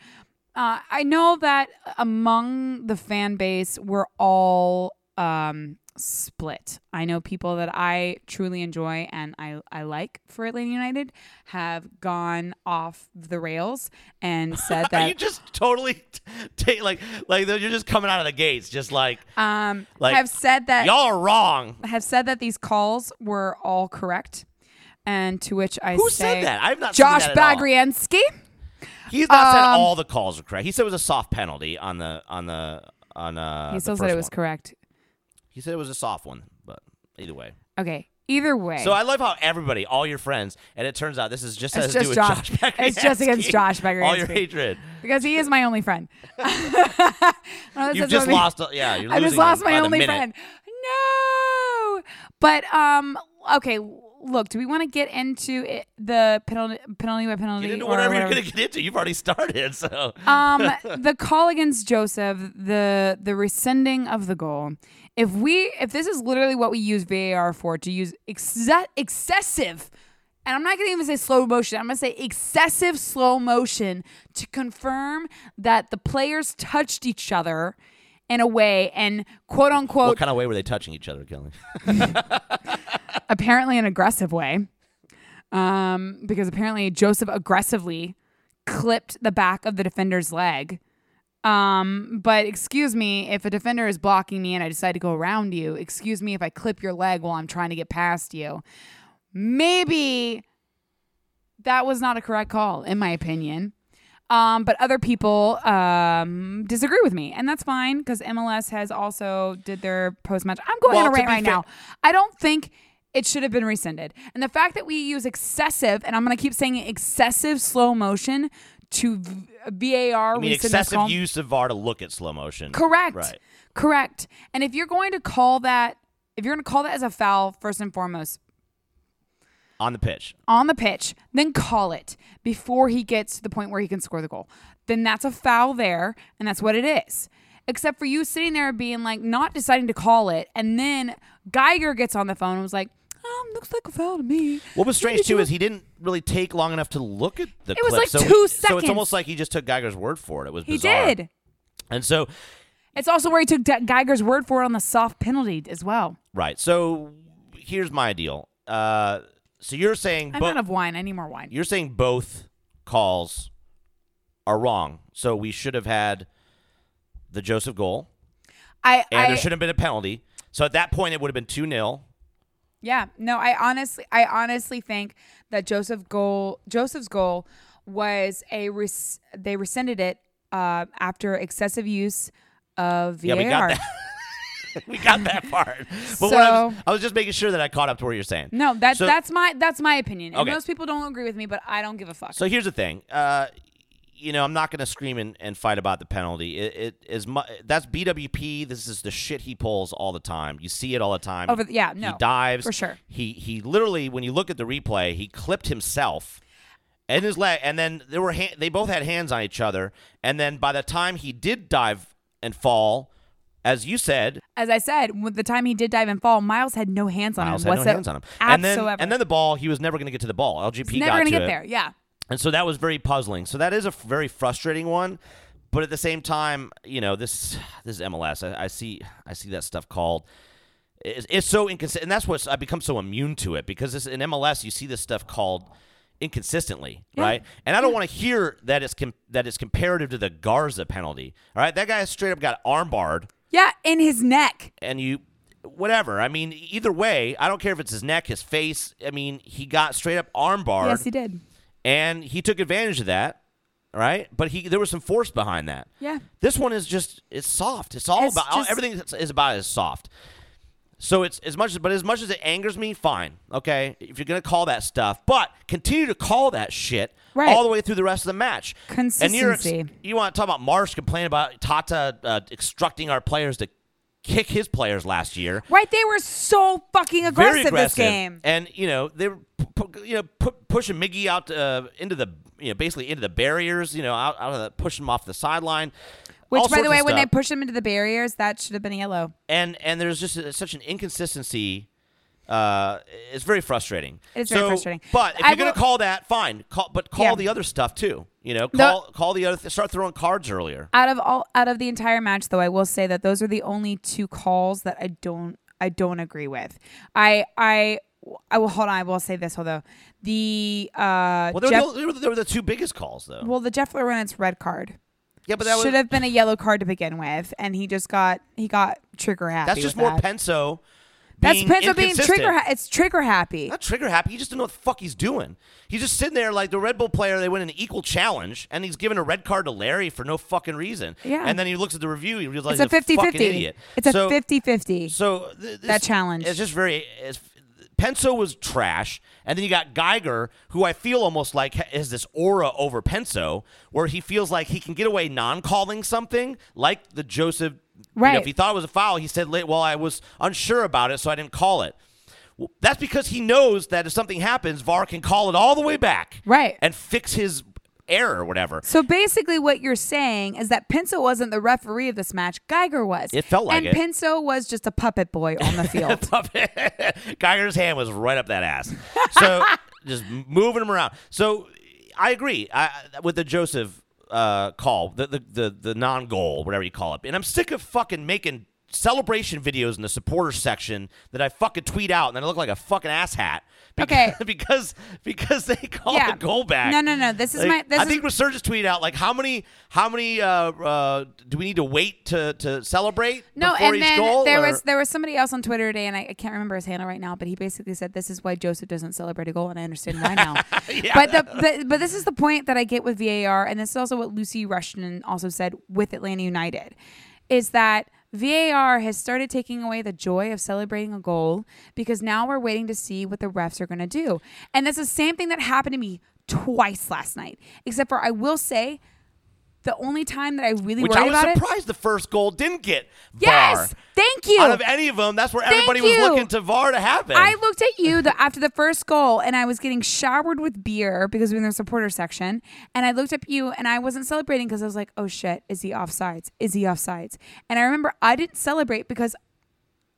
Speaker 4: Uh, I know that among the fan base, we're all um, split. I know people that I truly enjoy and I, I like for Atlanta United have gone off the rails and said
Speaker 3: Are you
Speaker 4: that
Speaker 3: just totally t- take like like you're just coming out of the gates, just like
Speaker 4: um,
Speaker 3: like,
Speaker 4: have said that
Speaker 3: y'all are wrong.
Speaker 4: have said that these calls were all correct. And to which I
Speaker 3: Who
Speaker 4: say,
Speaker 3: said that? I've not seen
Speaker 4: Josh
Speaker 3: that at all. Uh,
Speaker 4: Bagriansky.
Speaker 3: He's not said
Speaker 4: Um,
Speaker 3: all the calls were correct. He said it was a soft penalty on the on the on uh.
Speaker 4: He
Speaker 3: the
Speaker 4: still
Speaker 3: first
Speaker 4: said it was
Speaker 3: one.
Speaker 4: correct.
Speaker 3: He said it was a soft one, but either way.
Speaker 4: Okay. Either way,
Speaker 3: So I love how everybody, all your friends, and it turns out this is just
Speaker 4: It's
Speaker 3: has
Speaker 4: just
Speaker 3: to do with
Speaker 4: Josh.
Speaker 3: Josh. Bagriansky.
Speaker 4: It's just against Josh
Speaker 3: All your
Speaker 4: Bagriansky.
Speaker 3: hatred.
Speaker 4: because he is my only friend. I know this
Speaker 3: You've
Speaker 4: is
Speaker 3: just
Speaker 4: what we-
Speaker 3: lost. uh, Yeah, you're
Speaker 4: I just
Speaker 3: losing
Speaker 4: lost
Speaker 3: by
Speaker 4: my
Speaker 3: the
Speaker 4: only
Speaker 3: minute.
Speaker 4: friend. No. But um, okay. Look, do we want to get into it, the penalty penalty by penalty?
Speaker 3: Get into
Speaker 4: or
Speaker 3: whatever you're
Speaker 4: whatever?
Speaker 3: gonna get into. You've already started, so
Speaker 4: um, the call against Joseph, the the rescinding of the goal. If we, if this is literally what we use VAR for, to use exce- excessive, and I'm not going to even say slow motion. I'm going to say excessive slow motion to confirm that the players touched each other in a way and quote unquote
Speaker 3: what kind of way were they touching each other, Kelly?
Speaker 4: apparently an aggressive way. Um, because apparently Joseph aggressively clipped the back of the defender's leg. Um, but excuse me, if a defender is blocking me and I decide to go around you, excuse me if I clip your leg while I'm trying to get past you. Maybe that was not a correct call, in my opinion. Um, but other people um, disagree with me, and that's fine because MLS has also did their post match. I'm going
Speaker 3: Well,
Speaker 4: on a
Speaker 3: to
Speaker 4: rant
Speaker 3: be
Speaker 4: right
Speaker 3: fair-
Speaker 4: now. I don't think it should have been rescinded, and the fact that we use excessive, and I'm going to keep saying excessive slow motion to v- VAR
Speaker 3: I mean,
Speaker 4: rescind this
Speaker 3: excessive
Speaker 4: call.
Speaker 3: use of VAR to look at slow motion.
Speaker 4: Correct.
Speaker 3: Right.
Speaker 4: Correct. And if you're going to call that, if you're going to call that as a foul, first and foremost,
Speaker 3: on the pitch.
Speaker 4: on the pitch, then call it before he gets to the point where he can score the goal. Then that's a foul there, and that's what it is. Except for you sitting there being like not deciding to call it, and then Geiger gets on the phone and was like, um, looks like a foul to me.
Speaker 3: What was strange
Speaker 4: Maybe
Speaker 3: too
Speaker 4: do
Speaker 3: is he didn't really take long enough to look at the.
Speaker 4: It was
Speaker 3: clip,
Speaker 4: like
Speaker 3: so
Speaker 4: two
Speaker 3: he- So
Speaker 4: seconds.
Speaker 3: it's almost like he just took Geiger's word for it. It was
Speaker 4: He
Speaker 3: bizarre.
Speaker 4: did.
Speaker 3: And so,
Speaker 4: It's also where he took De- Geiger's word for it on the soft penalty as well.
Speaker 3: right. So here's my deal. Uh, so you're saying,
Speaker 4: I'm
Speaker 3: bo-
Speaker 4: out of wine. I need more wine.
Speaker 3: you're saying both calls are wrong. So we should have had the Joseph goal,
Speaker 4: I,
Speaker 3: and
Speaker 4: I
Speaker 3: there should have been a penalty. So at that point, it would have been two 0
Speaker 4: Yeah. No, I honestly I honestly think that Joseph goal Joseph's goal was a res- they rescinded it uh, after excessive use of VAR.
Speaker 3: Yeah, we got that. we got that part. But what I, was,
Speaker 4: So-
Speaker 3: I was just making sure that I caught up to what you're saying.
Speaker 4: No, that's
Speaker 3: So-
Speaker 4: that's my that's my opinion. And
Speaker 3: Okay.
Speaker 4: most people don't agree with me, but I don't give a fuck.
Speaker 3: So here's the thing. Uh, you know, I'm not going to scream and, and fight about the penalty. It, it is mu- that's BWP. This is the shit he pulls all the time. You see it all the time.
Speaker 4: Over the- yeah, no,
Speaker 3: he dives
Speaker 4: for sure.
Speaker 3: He he literally, when you look at the replay, he clipped himself and his leg, and then there were ha- they both had hands on each other, and then by the time he did dive and fall, as you said,
Speaker 4: As I said, with the time he did dive and fall, Miles had no hands on
Speaker 3: Miles
Speaker 4: him.
Speaker 3: had no
Speaker 4: whatsoever.
Speaker 3: hands on him, and
Speaker 4: Um, Absolutely.
Speaker 3: then and then the ball, he was never going to get to the ball. LGP
Speaker 4: never
Speaker 3: got
Speaker 4: gonna
Speaker 3: to
Speaker 4: get
Speaker 3: it.
Speaker 4: there. Yeah.
Speaker 3: And so that was very puzzling. So that is a f- very frustrating one, but at the same time, you know this this is MLS. I, I see I see that stuff called. It's, it's so inconsistent, and that's what I become so immune to it because this, in MLS you see this stuff called inconsistently, right? And I don't want to hear that it's com- that it's comparative to the Garza penalty. All right, that guy straight up got armbarred,
Speaker 4: Yeah, in his neck.
Speaker 3: and you. Whatever. I mean, either way, I don't care if it's his neck, his face. I mean, he got straight up armbarred
Speaker 4: Yes, he did.
Speaker 3: and he took advantage of that, right? But he there was some force behind that.
Speaker 4: Yeah.
Speaker 3: This one is just it's soft. It's all
Speaker 4: It's
Speaker 3: about
Speaker 4: just-
Speaker 3: everything that's- is about is soft. So it's as much as but as much as it angers me, fine. Okay. If you're gonna call that stuff, but continue to call that shit
Speaker 4: Right.
Speaker 3: all the way through the rest of the match. And you're,
Speaker 4: Consistency.
Speaker 3: ex- you want to talk about Marsh complaining about Tata uh, instructing our players to kick his players last year
Speaker 4: Right, they were so fucking aggressive,
Speaker 3: very aggressive
Speaker 4: this game.
Speaker 3: And you know they were p- p- you know pu- pushing Miggy out uh, into the you know basically into the barriers. You know out, out of the pushing him off the sideline.
Speaker 4: Which,
Speaker 3: all
Speaker 4: by
Speaker 3: sorts
Speaker 4: the
Speaker 3: of
Speaker 4: way, when they
Speaker 3: stuff.
Speaker 4: pushed him into the barriers, that should have been yellow.
Speaker 3: and and there's just a, such an inconsistency. Uh, it's very frustrating.
Speaker 4: It's very
Speaker 3: So-
Speaker 4: frustrating.
Speaker 3: But if
Speaker 4: I
Speaker 3: you're gonna
Speaker 4: will-
Speaker 3: call that, fine. Call, but call
Speaker 4: Yeah.
Speaker 3: the other stuff too. You know,
Speaker 4: No.
Speaker 3: call call the other. Th- start throwing cards earlier.
Speaker 4: Out of all, out of the entire match, though, I will say that those are the only two calls that I don't, I don't agree with. I, I, I will hold on. I will say this, although the uh,
Speaker 3: Well, they,
Speaker 4: Jeff,
Speaker 3: were the, they, were, they were the two biggest calls though.
Speaker 4: well, the Jeff Lawrence red card
Speaker 3: yeah, but that was
Speaker 4: should have been a yellow card to begin with, and he just got, he got trigger happy.
Speaker 3: that's just
Speaker 4: with
Speaker 3: more
Speaker 4: that.
Speaker 3: Penso.
Speaker 4: That's
Speaker 3: Being
Speaker 4: Penso being
Speaker 3: inconsistent.
Speaker 4: trigger. Ha- it's trigger happy.
Speaker 3: not trigger happy. He just didn't know what the fuck he's doing. He's just sitting there like the Red Bull player. They win an equal challenge, and he's giving a red card to Larry for no fucking reason.
Speaker 4: Yeah.
Speaker 3: And then he looks at the review. He
Speaker 4: It's
Speaker 3: realizes
Speaker 4: a
Speaker 3: he's a
Speaker 4: 50
Speaker 3: fucking
Speaker 4: 50.
Speaker 3: idiot.
Speaker 4: It's a
Speaker 3: so,
Speaker 4: 50 50.
Speaker 3: So th-
Speaker 4: That
Speaker 3: this-
Speaker 4: challenge.
Speaker 3: It's just very. It's, Penso was trash, and then you got Geiger, who I feel almost like ha- is this aura over Penso, where he feels like he can get away non-calling something, like the Joseph. you know,
Speaker 4: Right.
Speaker 3: if he thought it was a foul, he said, "Late, well, I was unsure about it, so I didn't call it." Well, That's because he knows that if something happens, VAR can call it all the way back,
Speaker 4: Right.
Speaker 3: and fix his error or whatever.
Speaker 4: So basically, what you're saying is that Pinto wasn't the referee of this match. Geiger was.
Speaker 3: It felt like
Speaker 4: and
Speaker 3: it.
Speaker 4: Pinto was just a puppet boy on the field.
Speaker 3: Geiger's hand was right up that ass. So just moving him around. So I agree I, with the Joseph uh, call, the the the, the non goal, whatever you call it. And I'm sick of fucking making celebration videos in the supporter section that I fucking tweet out and then I look like a fucking ass hat.
Speaker 4: Okay.
Speaker 3: Because because they call
Speaker 4: Yeah.
Speaker 3: the goal back.
Speaker 4: No, no, no. This is
Speaker 3: Like,
Speaker 4: my- this
Speaker 3: I
Speaker 4: is-
Speaker 3: think Resurgence tweeted out like how many how many uh, uh, do we need to wait to to celebrate
Speaker 4: No,
Speaker 3: before
Speaker 4: and
Speaker 3: each
Speaker 4: then
Speaker 3: goal?
Speaker 4: there
Speaker 3: or-
Speaker 4: was there was somebody else on Twitter today, and I, I can't remember his handle right now, but he basically said this is why Joseph doesn't celebrate a goal, and I understand why now. But the but, but this is the point that I get with VAR, and this is also what Lucy Rushton also said with Atlanta United, is that. VAR has started taking away the joy of celebrating a goal because now we're waiting to see what the refs are going to do. And that's the same thing that happened to me twice last night. Except for I will say the only time that I really
Speaker 3: Which
Speaker 4: worried
Speaker 3: I was
Speaker 4: about it
Speaker 3: surprised the first goal didn't get
Speaker 4: Yes.
Speaker 3: VAR.
Speaker 4: Thank you.
Speaker 3: Out of any of them, that's where
Speaker 4: Thank
Speaker 3: everybody
Speaker 4: you.
Speaker 3: was looking to VAR to happen.
Speaker 4: I looked at you the, after the first goal, and I was getting showered with beer because we were in the supporter section. And I looked up you, and I wasn't celebrating because I was like, "Oh shit, is he offsides? Is he offsides?" And I remember I didn't celebrate because,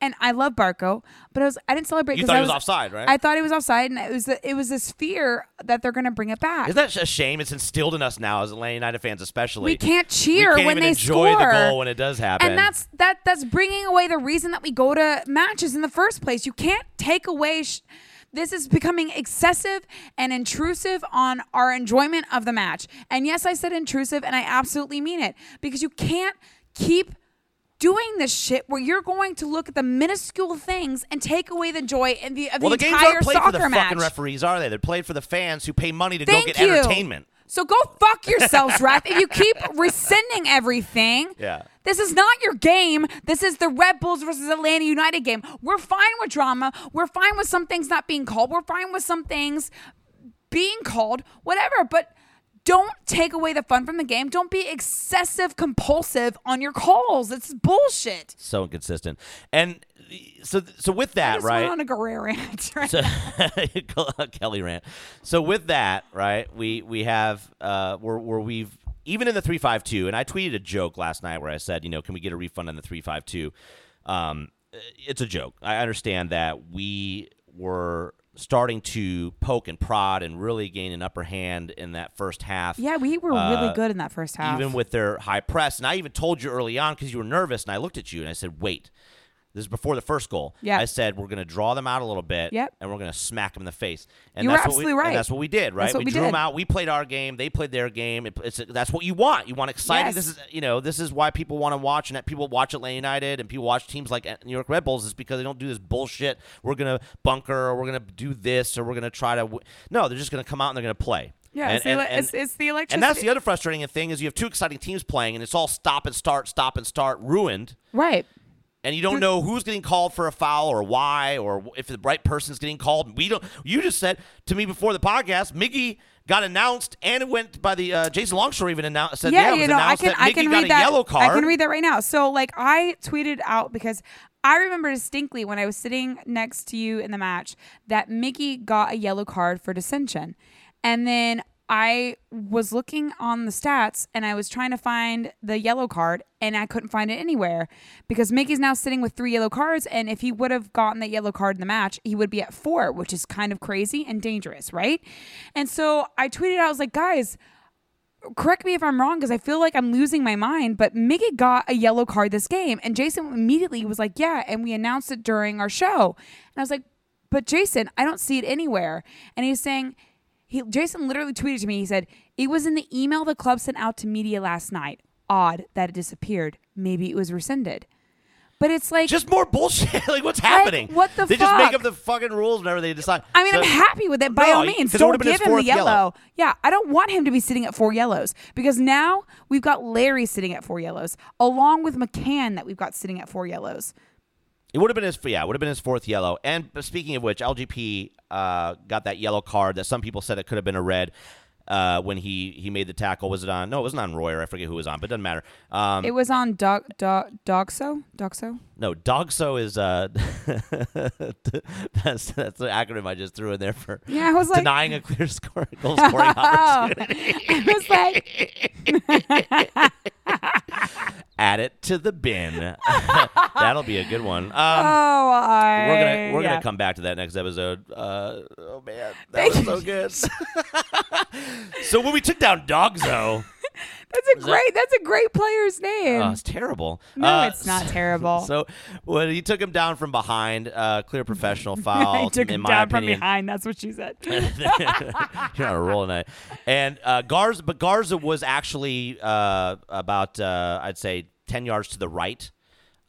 Speaker 4: and I love Barco, but I was I didn't celebrate
Speaker 3: You
Speaker 4: because
Speaker 3: thought
Speaker 4: I
Speaker 3: he was offside, right?
Speaker 4: I thought he was offside, and it was the, it was this fear that they're going to bring it back.
Speaker 3: Isn't that a shame? It's instilled in us now as Atlanta United fans, especially.
Speaker 4: we can't cheer
Speaker 3: we can't
Speaker 4: when
Speaker 3: even
Speaker 4: they
Speaker 3: enjoy
Speaker 4: score.
Speaker 3: the goal when it does happen.
Speaker 4: And that's that. That's bringing away the reason that we go to matches in the first place. You can't take away. Sh- this is becoming excessive and intrusive on our enjoyment of the match. And yes, I said intrusive, and I absolutely mean it because you can't keep doing this shit where you're going to look at the minuscule things and take away the joy and the of
Speaker 3: well, the,
Speaker 4: the
Speaker 3: games
Speaker 4: entire
Speaker 3: aren't played
Speaker 4: soccer
Speaker 3: for the
Speaker 4: match.
Speaker 3: fucking referees, are they? They're played for the fans who pay money to
Speaker 4: Thank
Speaker 3: go get
Speaker 4: you.
Speaker 3: entertainment.
Speaker 4: So go fuck yourselves, ref. If you keep rescinding everything,
Speaker 3: Yeah.
Speaker 4: this is not your game. This is the Red Bulls versus Atlanta United game. We're fine with drama. We're fine with some things not being called. We're fine with some things being called, whatever. But don't take away the fun from the game. Don't be excessive compulsive on your calls. It's bullshit.
Speaker 3: So inconsistent. And so, so with that,
Speaker 4: I just
Speaker 3: right?
Speaker 4: went on a Guerrero rant. right?
Speaker 3: So Kelly rant. So with that, right? We we have uh, where where we've even in the three five two, and I tweeted a joke last night where I said, you know, can we get a refund on the three five two? Um, it's a joke. I understand that we were starting to poke and prod and really gain an upper hand in that first half.
Speaker 4: yeah, we were
Speaker 3: uh,
Speaker 4: really good in that first half.
Speaker 3: Even with their high press, and I even told you early on because you were nervous, and I looked at you and I said, "Wait, This is before the first goal.
Speaker 4: Yeah.
Speaker 3: I said we're going to draw them out a little bit.
Speaker 4: Yep.
Speaker 3: And we're going to smack them in the face. And
Speaker 4: You were
Speaker 3: that's
Speaker 4: absolutely
Speaker 3: what we,
Speaker 4: right.
Speaker 3: And that's what we did, right?
Speaker 4: That's what we
Speaker 3: drew
Speaker 4: did.
Speaker 3: them out. We played our game. They played their game. It, it's, that's what you want. You want exciting.
Speaker 4: Yes.
Speaker 3: This is you know this is why people want to watch and that people watch Atlanta United and people watch teams like uh, New York Red Bulls is because they don't do this bullshit. We're going to bunker or we're going to do this or we're going to try to. W-. No, they're just going to come out and they're going to play.
Speaker 4: Yeah,
Speaker 3: And-
Speaker 4: it's, the,
Speaker 3: and-
Speaker 4: ele-
Speaker 3: and-
Speaker 4: it's, it's the electricity.
Speaker 3: and that's the other frustrating thing is you have two exciting teams playing, and it's all stop and start, stop and start, ruined,
Speaker 4: right.
Speaker 3: and you don't know who's getting called for a foul or why or if the right person's getting called. We don't. You just said to me before the podcast, Miggy got announced, and it went by the uh, Jason Longshore even announced. Said, yeah,
Speaker 4: yeah,
Speaker 3: it
Speaker 4: you
Speaker 3: was
Speaker 4: know, I
Speaker 3: announced
Speaker 4: can
Speaker 3: that
Speaker 4: I
Speaker 3: Miggy
Speaker 4: can
Speaker 3: got
Speaker 4: read
Speaker 3: a
Speaker 4: that.
Speaker 3: yellow card.
Speaker 4: I can read that right now. So like I tweeted out because I remember distinctly when I was sitting next to you in the match that Mickey got a yellow card for dissension, and then I was looking on the stats and I was trying to find the yellow card and I couldn't find it anywhere because Mickey's now sitting with three yellow cards and if he would have gotten that yellow card in the match he would be at four which is kind of crazy and dangerous right and so I tweeted I was like guys correct me if I'm wrong because I feel like I'm losing my mind, but Miggy got a yellow card this game. And Jason immediately was like, Yeah. And we announced it during our show. And I was like, But Jason, I don't see it anywhere. And he's saying, he, Jason literally tweeted to me, he said, It was in the email the club sent out to media last night. Odd that it disappeared. Maybe it was rescinded. But it's like,
Speaker 3: Just more bullshit. like what's happening?
Speaker 4: what the
Speaker 3: They just make
Speaker 4: fuck?
Speaker 3: up the fucking rules whenever they decide.
Speaker 4: I mean, I'm
Speaker 3: So-
Speaker 4: happy with it. By
Speaker 3: No,
Speaker 4: all
Speaker 3: you-
Speaker 4: means,
Speaker 3: 'cause it
Speaker 4: don't
Speaker 3: would've been his
Speaker 4: give him the
Speaker 3: fourth
Speaker 4: yellow.
Speaker 3: yellow.
Speaker 4: Yeah, I don't want him to be sitting at four yellows because now we've got Larry sitting at four yellows, along with McCann that we've got sitting at four yellows.
Speaker 3: It would have been his yeah, it would have been his fourth yellow. And speaking of which, LGP uh, got that yellow card that some people said it could have been a red uh, when he he made the tackle. Was it on? No, it wasn't on Royer. I forget who was on, but it doesn't matter. Um,
Speaker 4: It was on Doc, Doc, Doxo, Doxo.
Speaker 3: no, Dogso is uh, that's that's the acronym I just threw in there for
Speaker 4: Yeah, I was like- Oh.
Speaker 3: denying a clear score goal scoring opportunity.
Speaker 4: I was like,
Speaker 3: Add it to the bin. That'll be a good one. Um,
Speaker 4: oh, I.
Speaker 3: We're gonna we're
Speaker 4: yeah.
Speaker 3: gonna come back to that next episode. Uh, oh man, that
Speaker 4: Thank
Speaker 3: was
Speaker 4: you.
Speaker 3: so good. so when we took down Dogzo,
Speaker 4: That's a great. That's a great player's name.
Speaker 3: oh, it's terrible.
Speaker 4: no,
Speaker 3: Uh,
Speaker 4: it's not
Speaker 3: so-
Speaker 4: terrible.
Speaker 3: So when he took him down from behind, uh, clear professional foul.
Speaker 4: I took
Speaker 3: in
Speaker 4: him
Speaker 3: my
Speaker 4: down from
Speaker 3: opinion,
Speaker 4: behind. That's what she said.
Speaker 3: You're on a roll tonight. And uh, Garza, but Garza was actually uh, about uh, I'd say ten yards to the right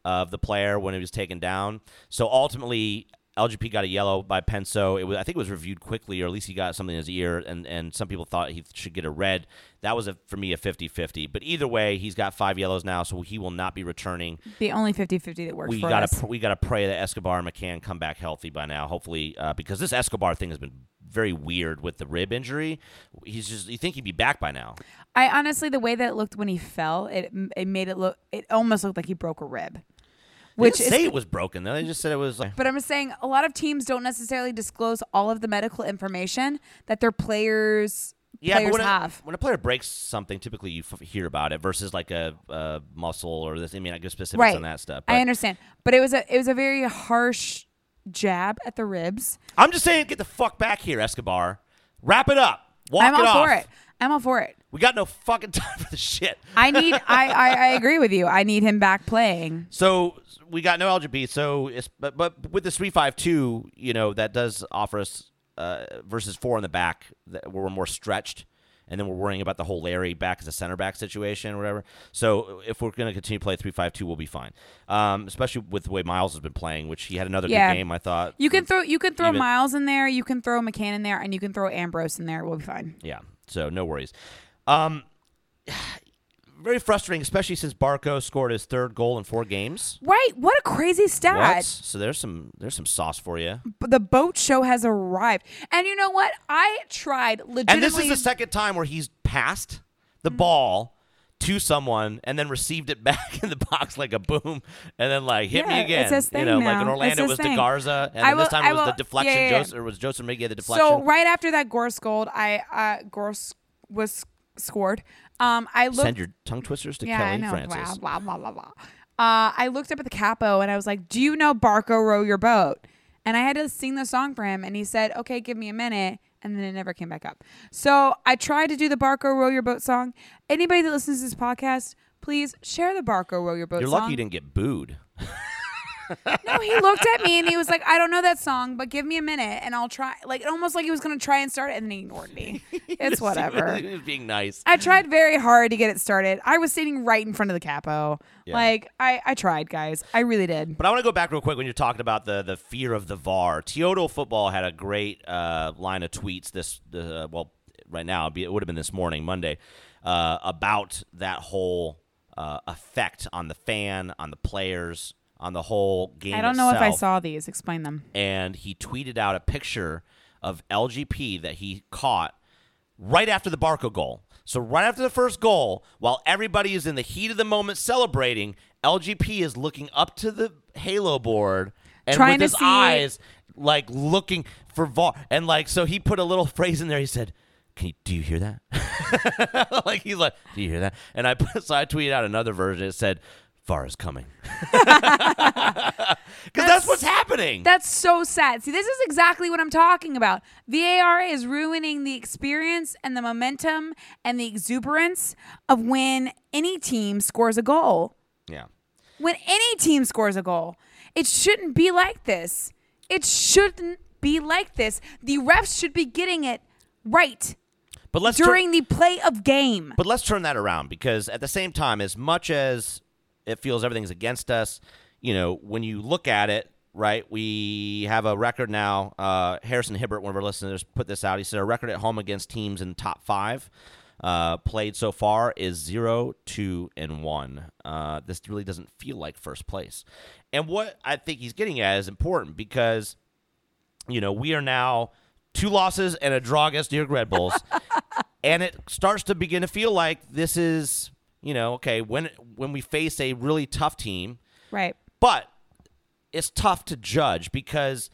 Speaker 3: of the player when he was taken down. So ultimately, LGP got a yellow by Penso. It was I think it was reviewed quickly, or at least he got something in his ear. And and some people thought he should get a red. That was a, for me a 50-50. But either way, he's got five yellows now, so he will not be returning
Speaker 4: the only 50-50 that worked
Speaker 3: we
Speaker 4: for
Speaker 3: gotta
Speaker 4: us.
Speaker 3: pr- we gotta pray that Escobar and McCann come back healthy by now, hopefully, uh, because this Escobar thing has been very weird with the rib injury. He's just you think he'd be back by now.
Speaker 4: I honestly, the way that it looked when he fell, it it made it look. It almost looked like he broke a rib.
Speaker 3: They
Speaker 4: Which
Speaker 3: didn't
Speaker 4: is,
Speaker 3: say it was broken though. They just said it was like
Speaker 4: but I'm just saying, a lot of teams don't necessarily disclose all of the medical information that their players
Speaker 3: yeah.
Speaker 4: players
Speaker 3: but when
Speaker 4: have.
Speaker 3: A, when a player breaks something, typically you f- hear about it versus like a, a muscle or this. I mean, I give specifics
Speaker 4: right.
Speaker 3: on that stuff.
Speaker 4: I
Speaker 3: but-
Speaker 4: understand, but it was a it was a very harsh jab at the ribs.
Speaker 3: I'm just saying, get the fuck back here, Escobar. Wrap it up. Walk
Speaker 4: I'm
Speaker 3: it
Speaker 4: all
Speaker 3: off.
Speaker 4: for it. I'm all for it.
Speaker 3: We got no fucking time for this shit.
Speaker 4: I need. I, I I agree with you. I need him back playing.
Speaker 3: So we got no LGB. So it's, but but with the three five two, you know that does offer us uh, versus four in the back that where we're more stretched, and then we're worrying about the whole Larry back as a center back situation or whatever. So if we're going to continue to play three five two, we'll be fine. Um, especially with the way Miles has been playing, which he had another
Speaker 4: Yeah.
Speaker 3: good game. I thought
Speaker 4: You can throw you can throw
Speaker 3: Even-
Speaker 4: Miles in there. You can throw McCann in there, and you can throw Ambrose in there. We'll be fine.
Speaker 3: Yeah. So no worries. Um, very frustrating, especially since Barco scored his third goal in four games.
Speaker 4: Right? What a crazy stat.
Speaker 3: What? So there's some there's some sauce for you.
Speaker 4: But the boat show has arrived. And you know what? I tried legitimately.
Speaker 3: And this is the second time where he's passed the
Speaker 4: Mm-hmm.
Speaker 3: ball to someone and then received it back in the box like a boom and then like hit
Speaker 4: Yeah,
Speaker 3: me
Speaker 4: it's
Speaker 3: again.
Speaker 4: his
Speaker 3: you
Speaker 4: thing
Speaker 3: know,
Speaker 4: now.
Speaker 3: like in
Speaker 4: It's
Speaker 3: Orlando it
Speaker 4: his
Speaker 3: was
Speaker 4: thing.
Speaker 3: DeGarza and
Speaker 4: I
Speaker 3: then this
Speaker 4: will-
Speaker 3: time
Speaker 4: I
Speaker 3: it was
Speaker 4: will-
Speaker 3: the deflection.
Speaker 4: yeah, yeah, yeah.
Speaker 3: Jos- or was Joseph Miggy had the deflection?
Speaker 4: So right after that Gorse Gold, I uh, Gorse was scored. Um, I looked.
Speaker 3: Send your tongue twisters to
Speaker 4: yeah,
Speaker 3: Kelly
Speaker 4: I know.
Speaker 3: Francis.
Speaker 4: Blah, blah, blah, blah, blah. Uh, I looked up at the capo and I was like, "Do you know Barco row your boat?" And I had to sing the song for him, and he said, "Okay, give me a minute." And then it never came back up. So I tried to do the Barco row your boat song. Anybody that listens to this podcast, please share the Barco row your boat
Speaker 3: You're
Speaker 4: song.
Speaker 3: lucky you didn't get booed.
Speaker 4: No, he looked at me and he was like, I don't know that song, but give me a minute and I'll try. Like, almost like he was going to try and start it and then he ignored me. It's whatever.
Speaker 3: he was being nice.
Speaker 4: I tried very hard to get it started. I was sitting right in front of the capo.
Speaker 3: Yeah.
Speaker 4: Like, I, I tried, guys. I really did.
Speaker 3: But I want to go back real quick when you're talking about the the fear of the VAR. Teodoro football had a great uh, line of tweets this uh, well right now it'd be- it would have been this morning Monday uh, about that whole uh, effect on the fan, on the players, on the whole game.
Speaker 4: I don't know if I
Speaker 3: itself
Speaker 4: saw these. Explain them.
Speaker 3: and he tweeted out a picture of LGP that he caught right after the Barco goal. So right after the first goal, while everybody is in the heat of the moment celebrating, LGP is looking up to the Halo board and
Speaker 4: Trying
Speaker 3: with
Speaker 4: to
Speaker 3: his
Speaker 4: see-
Speaker 3: eyes like looking for VAR and like so he put a little phrase in there. He said, "Can you, do you hear that?" like he's like, "Do you hear that?" And I put, so I tweeted out another version. It said, "VAR is coming," because that's,
Speaker 4: That's-
Speaker 3: what's happening.
Speaker 4: That's so sad. See, this is exactly what I'm talking about. VAR is ruining the experience and the momentum and the exuberance of when any team scores a goal.
Speaker 3: yeah.
Speaker 4: When any team scores a goal, it shouldn't be like this. It shouldn't be like this. The refs should be getting it right
Speaker 3: But let's tur-
Speaker 4: during the play of game.
Speaker 3: But let's turn that around because at the same time, as much as it feels everything's against us, you know, when you look at it, right, we have a record now. Uh, Harrison Hibbert, one of our listeners, put this out. He said our record at home against teams in the top five uh, played so far is zero, two, and one. Uh, this really doesn't feel like first place. And what I think he's getting at is important because you know, we are now two losses and a draw against New York Red Bulls. and it starts to begin to feel like this is, you know, okay, when when we face a really tough team,
Speaker 4: Right.
Speaker 3: but it's tough to judge because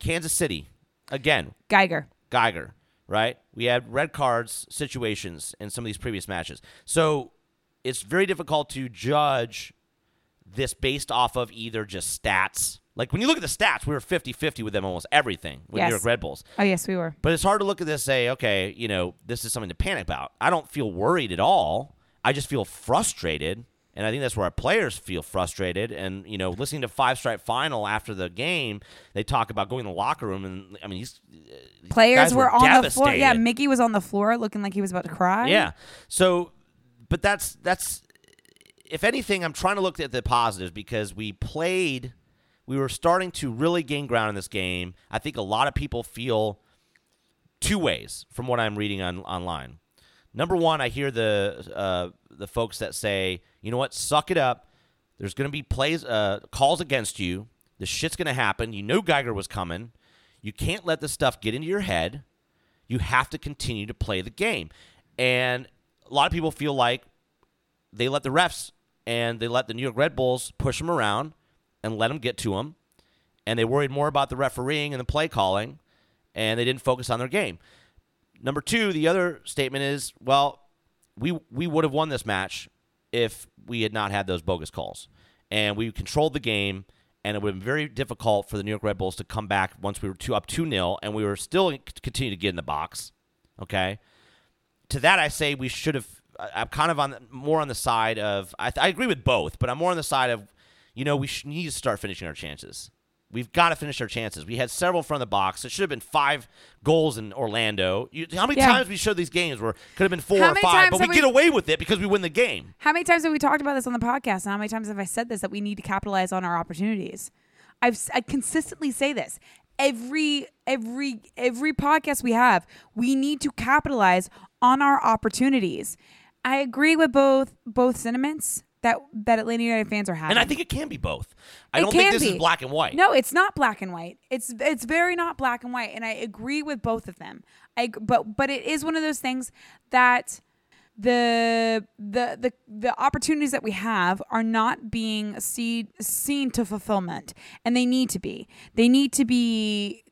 Speaker 3: Kansas City, again,
Speaker 4: Geiger.
Speaker 3: Geiger, right? We had red cards situations in some of these previous matches. So it's very difficult to judge this based off of either just stats. Like when you look at the stats, we were 50 50 with them almost everything with
Speaker 4: Yes.
Speaker 3: New York Red Bulls.
Speaker 4: Oh, yes, we were.
Speaker 3: But it's hard to look at this and say, okay, you know, this is something to panic about. I don't feel worried at all. I just feel frustrated. And I think that's where our players feel frustrated. And, you know, listening to Five Stripe Final after the game, they talk about going in the locker room. And, I mean, he's
Speaker 4: Players
Speaker 3: guys
Speaker 4: were,
Speaker 3: were
Speaker 4: on the floor. Yeah,
Speaker 3: devastated.
Speaker 4: Mickey was on the floor looking like he was about to cry.
Speaker 3: Yeah. So, but that's that's if anything, I'm trying to look at the positives because we played. We were starting to really gain ground in this game. I think a lot of people feel two ways from what I'm reading on online. Number one, I hear the uh, the folks that say, you know what, suck it up. There's going to be plays, uh, calls against you. This shit's going to happen. You knew Geiger was coming. You can't let this stuff get into your head. You have to continue to play the game. And a lot of people feel like they let the refs and they let the New York Red Bulls push them around and let them get to them. And they worried more about the refereeing and the play calling, and they didn't focus on their game. Number two, the other statement is, well, we we would have won this match if we had not had those bogus calls, and we controlled the game, and it would have been very difficult for the New York Red Bulls to come back once we were two up two 0 and we were still c- continue to get in the box. Okay, to that I say we should have. I- I'm kind of on the, more on the side of I, th- I agree with both, but I'm more on the side of you know we sh need to start finishing our chances. We've got to finish our chances. We had several from the box. It should have been five goals in Orlando. You, how many
Speaker 4: Yeah.
Speaker 3: times we showed these games where it could have been four
Speaker 4: How
Speaker 3: or
Speaker 4: many
Speaker 3: five,
Speaker 4: times
Speaker 3: but we
Speaker 4: have
Speaker 3: get
Speaker 4: we-
Speaker 3: away with it because we win the game.
Speaker 4: How many times have we talked about this on the podcast? And how many times have I said this that we need to capitalize on our opportunities? I've s- I consistently say this every every every podcast we have. We need to capitalize on our opportunities. I agree with both both sentiments that that Atlanta United fans are having.
Speaker 3: And I think it can be both. I
Speaker 4: It
Speaker 3: don't think
Speaker 4: can
Speaker 3: this is
Speaker 4: be.
Speaker 3: black and white.
Speaker 4: No, it's not black and white. It's it's very not black and white, and I agree with both of them. I ag- but but it is one of those things that the the the the opportunities that we have are not being see, seen to fulfillment, and they need to be. They need to be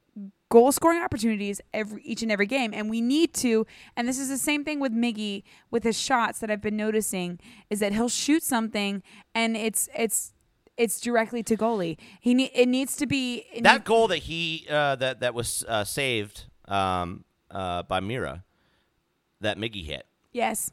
Speaker 4: goal scoring opportunities every each and every game and we need to and this is the same thing with Miggy with his shots that I've been noticing is that he'll shoot something and it's it's it's directly to goalie. He ne- it needs to be it
Speaker 3: That goal that he uh, that that was uh, saved um, uh, by Mira, that Miggy hit.
Speaker 4: need- yes.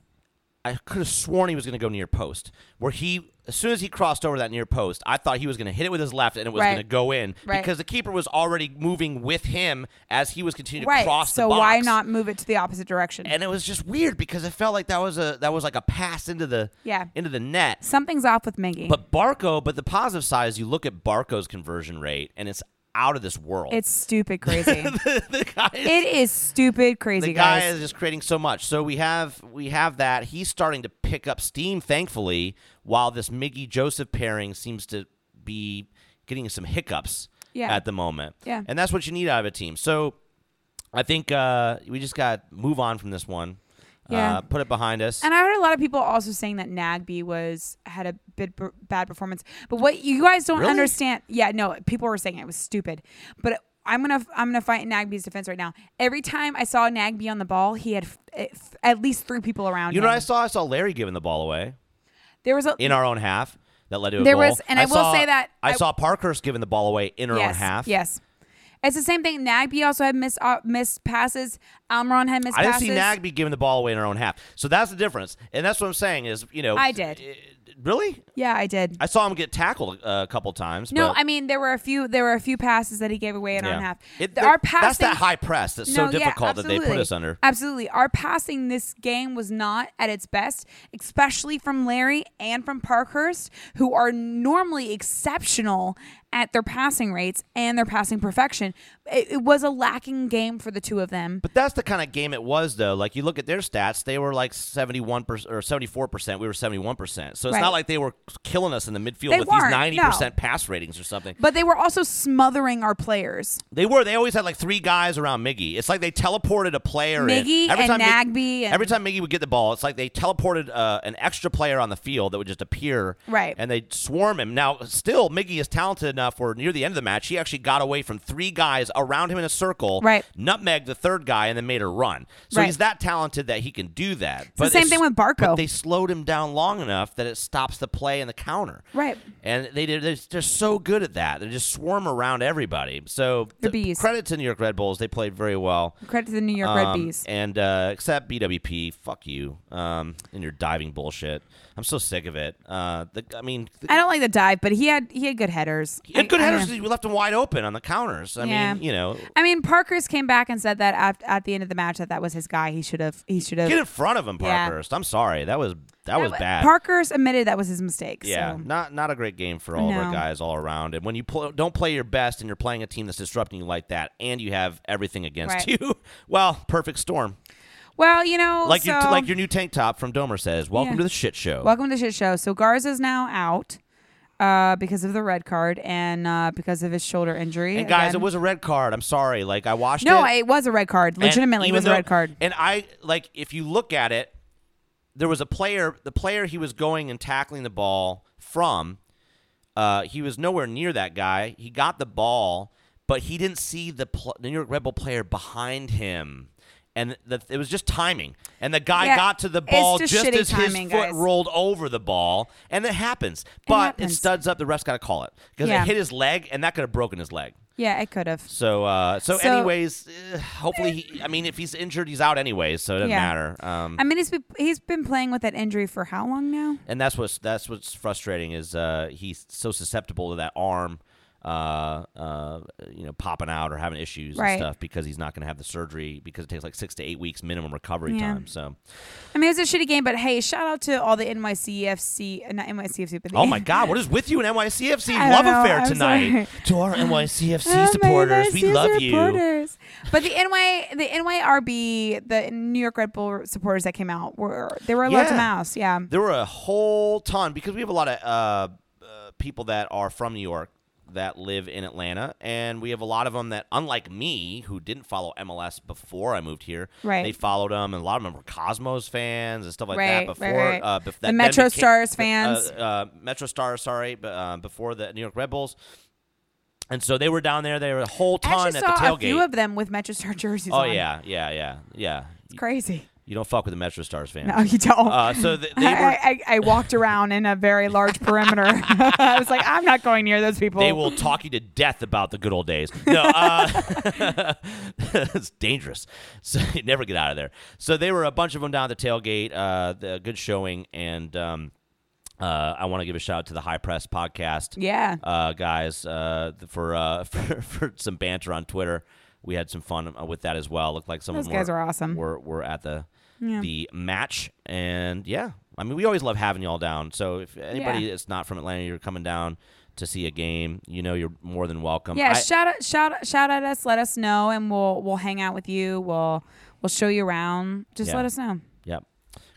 Speaker 3: I could have sworn he was going to go near post, where he
Speaker 2: As soon as he crossed over that near post, I thought he was going to hit it with his left and it was
Speaker 4: Right.
Speaker 2: going to go in
Speaker 4: Right.
Speaker 2: because the keeper was already moving with him as he was continuing to
Speaker 4: right.
Speaker 2: cross
Speaker 4: so
Speaker 2: the box.
Speaker 4: why not move it to the opposite direction?
Speaker 2: And it was just weird because it felt like that was a that was like a pass into the
Speaker 4: Yeah.
Speaker 2: into the net.
Speaker 4: Something's off with Mingy.
Speaker 2: But Barco, but the positive side is you look at Barco's conversion rate and it's out of this world.
Speaker 4: it's stupid crazy.
Speaker 2: the guy
Speaker 4: it is stupid crazy,
Speaker 2: the guy
Speaker 4: guys.
Speaker 2: is just creating so much. So we have we have that. He's starting to pick up steam, thankfully, while this Miggy Joseph pairing seems to be getting some hiccups
Speaker 4: Yeah.
Speaker 2: at the moment.
Speaker 4: Yeah.
Speaker 2: And that's what you need out of a team. So I think uh, we just got move on from this one.
Speaker 4: Yeah.
Speaker 2: Uh, put it behind us.
Speaker 4: And I heard a lot of people also saying that Nagby was had a bit b- bad performance. But what you guys don't
Speaker 2: Really?
Speaker 4: understand, yeah, no, people were saying it was stupid. But I'm gonna I'm gonna fight Nagby's defense right now. Every time I saw Nagby on the ball, he had f- eh, f- at least three people around.
Speaker 2: you know
Speaker 4: him.
Speaker 2: what I saw? I saw Larry giving the ball away
Speaker 4: There was a
Speaker 2: in our own half. That led to a
Speaker 4: There
Speaker 2: goal.
Speaker 4: was- and I will
Speaker 2: saw-
Speaker 4: say that
Speaker 2: I,
Speaker 4: I-
Speaker 2: saw Parkhurst giving the ball away in her
Speaker 4: yes,
Speaker 2: own half.
Speaker 4: Yes. It's the same thing. Nagby also had missed uh, missed passes. Almiron had missed
Speaker 2: I didn't
Speaker 4: passes.
Speaker 2: see Nagby giving the ball away in her own half. So that's the difference. And that's what I'm saying is, you know.
Speaker 4: I did.
Speaker 2: eh, Really?
Speaker 4: Yeah, I did.
Speaker 2: I saw him get tackled uh, a, a couple times.
Speaker 4: no,
Speaker 2: but,
Speaker 4: I mean there were a few there were a few passes that he gave away in our
Speaker 2: yeah.
Speaker 4: half.
Speaker 2: It-
Speaker 4: Our
Speaker 2: that- That's that
Speaker 4: passing-
Speaker 2: high press that's so
Speaker 4: No, yeah,
Speaker 2: difficult that they put
Speaker 4: absolutely.
Speaker 2: us under.
Speaker 4: Absolutely. Our passing this game was not at its best, especially from Larry and from Parkhurst, who are normally exceptional at their passing rates and their passing perfection. It, it was a lacking game for the two of them.
Speaker 2: But that's the kind of game it was, though. Like you look at their stats, they were like seventy-one percent or seventy-four percent. We were seventy-one percent. So it's
Speaker 4: Right.
Speaker 2: not like they were killing us in the midfield
Speaker 4: They
Speaker 2: with these
Speaker 4: weren't, no.
Speaker 2: ninety percent pass ratings or something.
Speaker 4: But they were also smothering our players.
Speaker 2: They were. They always had like three guys around Miggy. It's like they teleported a player.
Speaker 4: Miggy
Speaker 2: in. Every
Speaker 4: and
Speaker 2: time Mig-
Speaker 4: Nagbe and-
Speaker 2: every time Miggy would get the ball, it's like they teleported uh, an extra player on the field that would just appear.
Speaker 4: Right.
Speaker 2: And they swarm him. Now, still, Miggy is talented enough. Where near the end of the match, he actually got away from three guys around him in a circle.
Speaker 4: Right.
Speaker 2: Nutmeg the third guy, and then made a run. So
Speaker 4: Right.
Speaker 2: he's that talented that he can do that.
Speaker 4: the same
Speaker 2: it's-
Speaker 4: thing with Barco.
Speaker 2: But they slowed him down long enough that it stops the play and the counter.
Speaker 4: Right.
Speaker 2: And they did. They're, they're so good at that. They just swarm around everybody. So
Speaker 4: They're
Speaker 2: th-
Speaker 4: bees.
Speaker 2: credit to New York Red Bulls. They played very well.
Speaker 4: Credit to the New York Red
Speaker 2: Um,
Speaker 4: Bees.
Speaker 2: And uh, except BWP, fuck you um, and your diving bullshit. I'm so sick of it. Uh, the, I mean, the,
Speaker 4: I don't like the dive, but he had he had good headers.
Speaker 2: yeah,
Speaker 4: I-
Speaker 2: good
Speaker 4: I don't
Speaker 2: headers.
Speaker 4: know.
Speaker 2: We left them wide open on the counters. I
Speaker 4: Yeah.
Speaker 2: mean, you know,
Speaker 4: I mean, Parker's came back and said that at, at the end of the match that that was his guy. He should have he should have
Speaker 2: get in front of him,
Speaker 4: Yeah.
Speaker 2: Parkhurst. I'm sorry. That was that was
Speaker 4: That wa-
Speaker 2: bad.
Speaker 4: Parker's admitted that was his mistake.
Speaker 2: Yeah,
Speaker 4: so.
Speaker 2: not not a great game for all of
Speaker 4: No.
Speaker 2: our guys all around. And when you pl- don't play your best and you're playing a team that's disrupting you like that, and you have everything against
Speaker 4: Right.
Speaker 2: you, well, perfect storm.
Speaker 4: Well, you know,
Speaker 2: Like
Speaker 4: so,
Speaker 2: your like your new tank top from Domer says, "Welcome
Speaker 4: Yeah.
Speaker 2: to the shit show."
Speaker 4: welcome to the shit show. So Garza's now out uh, because of the red card and uh, because of his shoulder injury.
Speaker 2: and guys,
Speaker 4: again.
Speaker 2: it was a red card. I'm sorry. Like I watched it.
Speaker 4: no, it was a red card.
Speaker 2: and
Speaker 4: Legitimately, it
Speaker 2: even
Speaker 4: was a
Speaker 2: though-
Speaker 4: red card.
Speaker 2: And I like if you look at it, there was a player. The player he was going and tackling the ball from. Uh, he was nowhere near that guy. He got the ball, but he didn't see the pl- the New York Red Bull player behind him. And the, it was just timing. And the guy
Speaker 4: Yeah,
Speaker 2: got to the
Speaker 4: it's
Speaker 2: ball
Speaker 4: just
Speaker 2: just,
Speaker 4: shitty
Speaker 2: as
Speaker 4: timing,
Speaker 2: his foot
Speaker 4: guys.
Speaker 2: rolled over the ball. And it happens. But it,
Speaker 4: happens.
Speaker 2: studs up. The ref's got to call it. Because
Speaker 4: Yeah.
Speaker 2: it hit his leg, and that could have broken his leg.
Speaker 4: Yeah, it could have.
Speaker 2: So, uh, so,
Speaker 4: So-
Speaker 2: anyways, eh, hopefully, he, I mean, if he's injured, he's out anyways, so it doesn't
Speaker 4: Yeah.
Speaker 2: matter. Um,
Speaker 4: I mean, he's been, he's been playing with that injury for how long now?
Speaker 2: and that's what's that's what's frustrating is uh, he's so susceptible to that arm, uh, uh, you know, popping out or having issues
Speaker 4: Right.
Speaker 2: and stuff because he's not going to have the surgery because it takes like six to eight weeks minimum recovery
Speaker 4: Yeah.
Speaker 2: time. So,
Speaker 4: I mean, it was a shitty game, but hey, shout out to all the NYCFC, uh, not NYCFC, but the
Speaker 2: oh my God, what is with you and NYCFC
Speaker 4: I
Speaker 2: love
Speaker 4: don't know,
Speaker 2: affair
Speaker 4: I'm
Speaker 2: tonight?
Speaker 4: sorry.
Speaker 2: To our NYCFC
Speaker 4: Oh, my
Speaker 2: supporters, we
Speaker 4: NYCFC
Speaker 2: love you.
Speaker 4: supporters. But the NY, the NYRB, the New York Red Bull supporters that came out were they were allowed to
Speaker 2: Yeah.
Speaker 4: mouse. Yeah,
Speaker 2: There were a whole ton because we have a lot of uh, uh, people that are from New York that live in Atlanta, and we have a lot of them that, unlike me, who didn't follow MLS before I moved here,
Speaker 4: Right.
Speaker 2: They followed them, and a lot of them were Cosmos fans and stuff like
Speaker 4: Right, right,
Speaker 2: that. Before
Speaker 4: right.
Speaker 2: Uh, bef-
Speaker 4: The
Speaker 2: that then
Speaker 4: Metro
Speaker 2: became-
Speaker 4: Stars
Speaker 2: uh,
Speaker 4: fans.
Speaker 2: uh, Metro Stars, sorry, but, uh, before the New York Red Bulls. And so they were down there. They were a whole
Speaker 4: I
Speaker 2: ton
Speaker 4: actually
Speaker 2: at
Speaker 4: saw
Speaker 2: the
Speaker 4: a
Speaker 2: tailgate.
Speaker 4: few of them with MetroStar jerseys.
Speaker 2: oh
Speaker 4: on.
Speaker 2: yeah, yeah, yeah, yeah.
Speaker 4: it's crazy.
Speaker 2: You don't fuck with the Metro Stars fans.
Speaker 4: No, you don't.
Speaker 2: Uh, so th- they
Speaker 4: I,
Speaker 2: were
Speaker 4: I, I I walked around in a very large perimeter. I was like, I'm not going near those people.
Speaker 2: They will talk you to death about the good old days. No, uh, it's dangerous. So you never get out of there. So they were a bunch of them down at the tailgate. Uh, the good showing and. Um,
Speaker 3: Uh, I want to give a shout out to the High Press podcast.
Speaker 4: Yeah.
Speaker 3: uh, guys, uh, th- for, uh, for for some banter on Twitter. We had some fun uh, with that as well. Looked like some
Speaker 4: Those
Speaker 3: of them
Speaker 4: guys
Speaker 3: were,
Speaker 4: are awesome.
Speaker 3: Were, were at the the match, and yeah, I mean, we always love having y'all down. So if anybody
Speaker 4: Yeah.
Speaker 3: that's not from Atlanta, you're coming down to see a game, you know, you're more than welcome.
Speaker 4: Yeah,
Speaker 3: I-
Speaker 4: shout out, shout out- shout at us. Let us know, and we'll we'll hang out with you. We'll we'll show you around. Just
Speaker 3: Yeah.
Speaker 4: let us know.
Speaker 3: yep.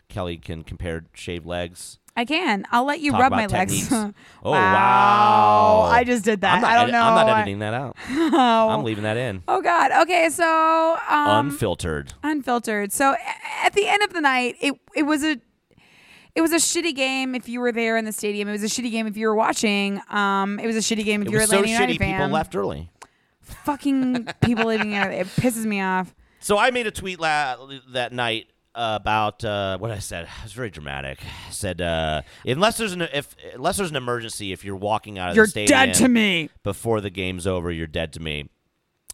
Speaker 3: Kelly can compare shaved legs.
Speaker 4: I can. I'll let you
Speaker 3: Talk
Speaker 4: rub
Speaker 3: about
Speaker 4: my legs.
Speaker 3: techniques. Oh, wow.
Speaker 4: I just did that.
Speaker 3: I'm not
Speaker 4: I don't
Speaker 3: edit-
Speaker 4: know.
Speaker 3: I'm not
Speaker 4: I-
Speaker 3: editing that out. I'm leaving that in.
Speaker 4: Oh God. Okay, so um,
Speaker 3: Unfiltered.
Speaker 4: unfiltered. So a- at the end of the night, it it was a it was a shitty game if you were there in the stadium. It was a shitty game if you were watching. Um, it was a shitty game if
Speaker 3: It
Speaker 4: you were
Speaker 3: was so
Speaker 4: Atlanta United
Speaker 3: shitty.
Speaker 4: fan.
Speaker 3: People left early.
Speaker 4: Fucking people leaving out. It pisses me off.
Speaker 3: So I made a tweet la- that night about uh, what I said. It was very dramatic. I said uh, unless there's an if unless there's an emergency, if you're walking out of
Speaker 4: You're
Speaker 3: the stadium
Speaker 4: dead to me.
Speaker 3: before the game's over, you're dead to me.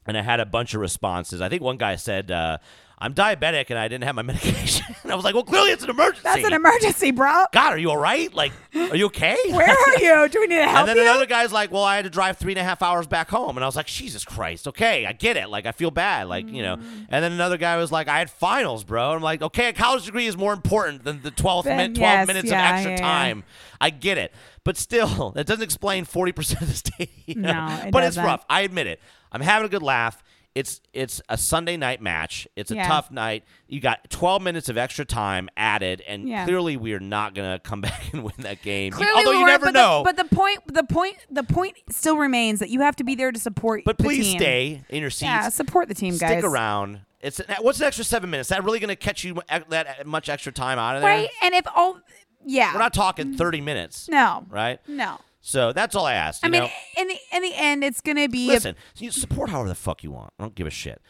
Speaker 3: And I had a bunch of responses. I think one guy said, uh, "I'm diabetic and I didn't have my medication." and I was like, "Well, clearly it's an emergency."
Speaker 4: That's an emergency, bro.
Speaker 3: God, are you all right? Like, are you okay?
Speaker 4: Where are you? Do we need to help
Speaker 3: And then
Speaker 4: you?
Speaker 3: another guy's like, "Well, I had to drive three and a half hours back home," and I was like, "Jesus Christ, okay, I get it. Like, I feel bad, like you know."
Speaker 4: Mm.
Speaker 3: And then another guy was like, "I had finals, bro." And I'm like, "Okay, a college degree is more important than the 12,
Speaker 4: Then,
Speaker 3: min- 12
Speaker 4: yes,
Speaker 3: minutes
Speaker 4: yeah,
Speaker 3: of extra
Speaker 4: yeah, yeah.
Speaker 3: time." I get it, but still, that doesn't explain 40 percent of the stadium.
Speaker 4: No, it
Speaker 3: but
Speaker 4: doesn't.
Speaker 3: it's rough. I admit it. I'm having a good laugh. It's it's a Sunday night match. It's
Speaker 4: Yeah.
Speaker 3: a tough night. You got 12 minutes of extra time added, and
Speaker 4: Yeah.
Speaker 3: clearly we are not gonna come back and win that game.
Speaker 4: Clearly
Speaker 3: Although
Speaker 4: we
Speaker 3: you
Speaker 4: weren't,
Speaker 3: never
Speaker 4: but
Speaker 3: know.
Speaker 4: The, but the point, the point, the point still remains that you have to be there to support.
Speaker 3: But
Speaker 4: the
Speaker 3: please
Speaker 4: team.
Speaker 3: stay in your seats.
Speaker 4: Yeah, support the team,
Speaker 3: Stick
Speaker 4: guys.
Speaker 3: around. It's what's an extra seven minutes? Is that really going to catch you e- that much extra time out of there?
Speaker 4: right? And if all, yeah,
Speaker 3: We're not talking thirty minutes.
Speaker 4: no,
Speaker 3: Right.
Speaker 4: no.
Speaker 3: So that's all I asked. You
Speaker 4: I mean,
Speaker 3: know?
Speaker 4: in the in the end, it's gonna be a-
Speaker 3: listen. so you support however the fuck you want. I don't give a shit.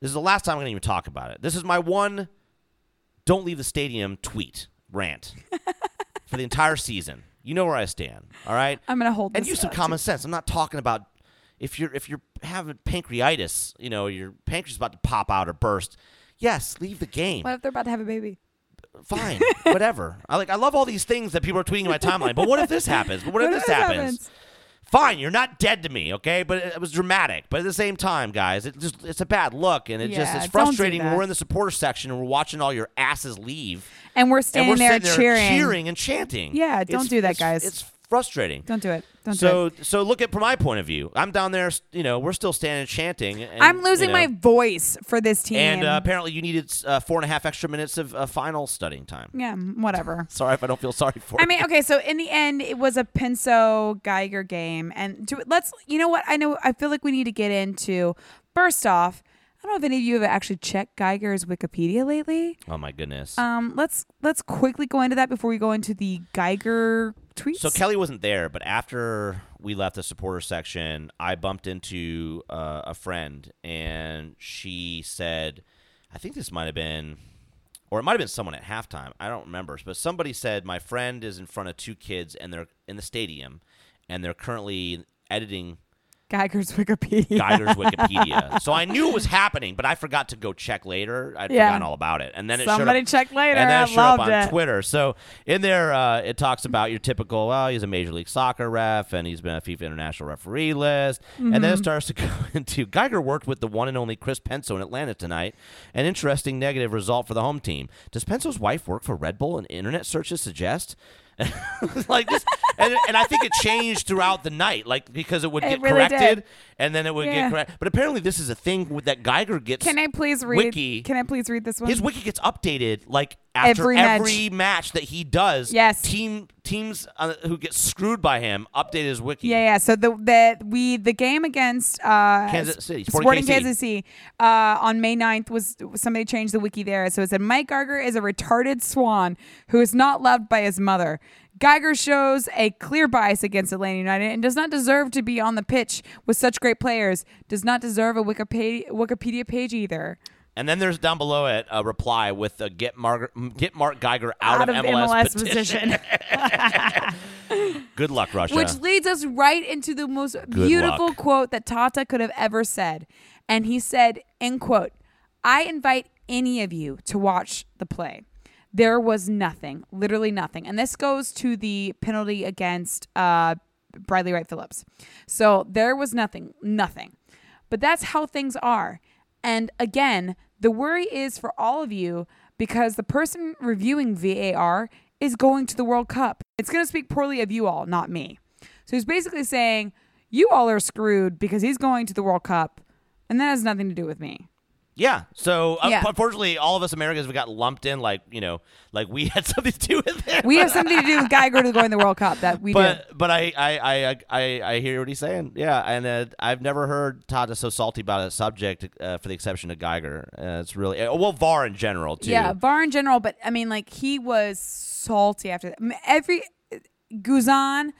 Speaker 3: This is the last time I'm going to even talk about it. This is my one. Don't leave the stadium. Tweet rant for the entire season. You know where I stand. All right.
Speaker 4: I'm gonna hold
Speaker 3: and
Speaker 4: this
Speaker 3: use some
Speaker 4: up.
Speaker 3: common sense. I'm not talking about if you're if you're having pancreatitis, you know, your pancreas is about to pop out or burst. Yes, leave the game.
Speaker 4: What if they're about to have a baby?
Speaker 3: Fine, whatever. I like I love all these things that people are tweeting in my timeline. But what if this happens? But what, if this happens? Fine, you're not dead to me, okay? But it, it was dramatic. But at the same time, guys, it just it's a bad look, and it just
Speaker 4: Yeah,
Speaker 3: it's
Speaker 4: don't do
Speaker 3: frustrating when
Speaker 4: that.
Speaker 3: we're in the supporter section and we're watching all your asses leave,
Speaker 4: And we're
Speaker 3: and
Speaker 4: standing
Speaker 3: we're
Speaker 4: there,
Speaker 3: sitting there
Speaker 4: cheering.
Speaker 3: cheering and chanting.
Speaker 4: Yeah,
Speaker 3: It's-
Speaker 4: don't do that,
Speaker 3: it's-
Speaker 4: guys.
Speaker 3: It's frustrating.
Speaker 4: Don't do it. Don't do
Speaker 3: So
Speaker 4: it.
Speaker 3: so look at from my point of view. I'm down there, you know, we're still standing chanting. And,
Speaker 4: I'm losing
Speaker 3: you
Speaker 4: my
Speaker 3: know,
Speaker 4: voice for this team.
Speaker 3: And uh, apparently, you needed uh, four and a half extra minutes of uh, final studying time.
Speaker 4: yeah, whatever.
Speaker 3: Sorry if I don't feel sorry for.
Speaker 4: I
Speaker 3: you.
Speaker 4: mean, okay, so in the end, it was a Pinso Geiger game, and do, let's. You know what? I know. I feel like we need to get into. First off, I don't know if any of you have actually checked Geiger's Wikipedia lately.
Speaker 3: oh my goodness.
Speaker 4: Um, let's let's quickly go into that before we go into the Geiger tweets.
Speaker 3: so Kelly wasn't there, but after we left the supporter section, I bumped into uh, a friend, and she said, "I think this might have been." Or it might have been someone at halftime. I don't remember, but somebody said my friend is in front of two kids, and they're in the stadium, and they're currently editing
Speaker 4: Geiger's Wikipedia.
Speaker 3: Geiger's Wikipedia. So I knew it was happening, but I forgot to go check later. I'd
Speaker 4: Yeah.
Speaker 3: forgotten all about it. And then it
Speaker 4: Somebody
Speaker 3: showed up,
Speaker 4: check later.
Speaker 3: And then
Speaker 4: I
Speaker 3: it showed up
Speaker 4: loved
Speaker 3: on
Speaker 4: it.
Speaker 3: Twitter. So in there, uh, it talks about your typical, well, he's a Major League Soccer ref and he's been a FIFA International referee list. And then
Speaker 4: Mm-hmm.
Speaker 3: it starts to go into Geiger worked with the one and only Chris Penso in Atlanta tonight. An interesting negative result for the home team. Does Penso's wife work for Red Bull and internet searches suggest? like this, and, and I think it changed throughout the night, like because it would
Speaker 4: It
Speaker 3: get
Speaker 4: really did.
Speaker 3: corrected, and then it would
Speaker 4: Yeah.
Speaker 3: get correct. But apparently, this is a thing with- that Geiger gets.
Speaker 4: Can I please read?
Speaker 3: Wiki.
Speaker 4: Can I please read this one?
Speaker 3: his wiki gets updated like after
Speaker 4: Um, Every
Speaker 3: every, match
Speaker 4: match.
Speaker 3: that he does.
Speaker 4: Yes.
Speaker 3: team teams uh, who get screwed by him update his wiki.
Speaker 4: Yeah, yeah. So the the we the game against uh,
Speaker 3: Kansas City,
Speaker 4: Sporting,
Speaker 3: Sporting KC.
Speaker 4: Kansas City, uh, on May 9th was somebody changed the wiki there. So it said Mike Geiger is a retarded swan who is not loved by his mother. Geiger shows a clear bias against Atlanta United and does not deserve to be on the pitch with such great players. Does not deserve a Wikipedia Wikipedia page either.
Speaker 3: And then there's down below it a reply with a get Marg- get Mark Geiger out,
Speaker 4: Out of
Speaker 3: MLS,
Speaker 4: MLS
Speaker 3: petition.
Speaker 4: position.
Speaker 3: Good luck, Russia.
Speaker 4: Which leads us right into the most beautiful
Speaker 3: luck.
Speaker 4: quote that Tata could have ever said. And he said, end quote, I invite any of you to watch the play. There was nothing, literally nothing. And this goes to the penalty against uh, Bradley Wright Phillips. So there was nothing, nothing. But that's how things are. And again, the worry is for all of you because the person reviewing VAR is going to the World Cup. It's going to speak poorly of you all, not me. So he's basically saying, you all are screwed because he's going to the World Cup, and that has nothing to do with me.
Speaker 2: Yeah. So uh,
Speaker 4: Yeah.
Speaker 2: unfortunately, all of us Americans we got lumped in like you know, like we had something to do with it.
Speaker 4: We have something to do with Geiger to going to the World Cup that we do.
Speaker 2: but but I I, I I I hear what he's saying. Yeah, and uh, I've never heard Todd is so salty about a subject, uh, for the exception of Geiger. Uh, it's really uh, well VAR in general too.
Speaker 4: Yeah, VAR in general, but I mean, like he was salty after that. I mean, every Guzan,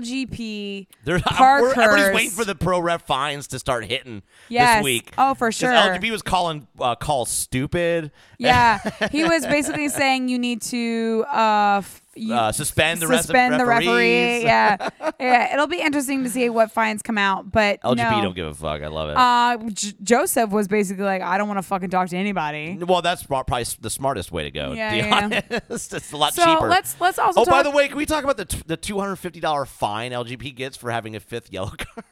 Speaker 4: LGP,
Speaker 2: There-
Speaker 4: Parkhurst.
Speaker 2: we're- everybody's waiting for the pro ref fines to start hitting
Speaker 4: Yes.
Speaker 2: this week.
Speaker 4: Oh, for
Speaker 2: 'Cause
Speaker 4: sure.
Speaker 2: LGB was calling uh, calls stupid.
Speaker 4: Yeah, he was basically saying you need to uh, f- you
Speaker 2: Uh, suspend the rest of
Speaker 4: suspend the
Speaker 2: referees.
Speaker 4: referee. Yeah, yeah. It'll be interesting to see what fines come out, but
Speaker 2: LGB
Speaker 4: no.
Speaker 2: don't give a fuck. I love it.
Speaker 4: Uh, J- Joseph was basically like, I don't want to fucking talk to anybody.
Speaker 2: well, that's pro- probably s- the smartest way to go.
Speaker 4: Um, Yeah,
Speaker 2: to be
Speaker 4: yeah, yeah.
Speaker 2: honest, it's a lot
Speaker 4: So
Speaker 2: cheaper.
Speaker 4: let's let's also.
Speaker 2: Oh,
Speaker 4: talk-
Speaker 2: by the way, can we talk about the t- the two hundred fifty dollar fine LGP gets for having a fifth yellow card?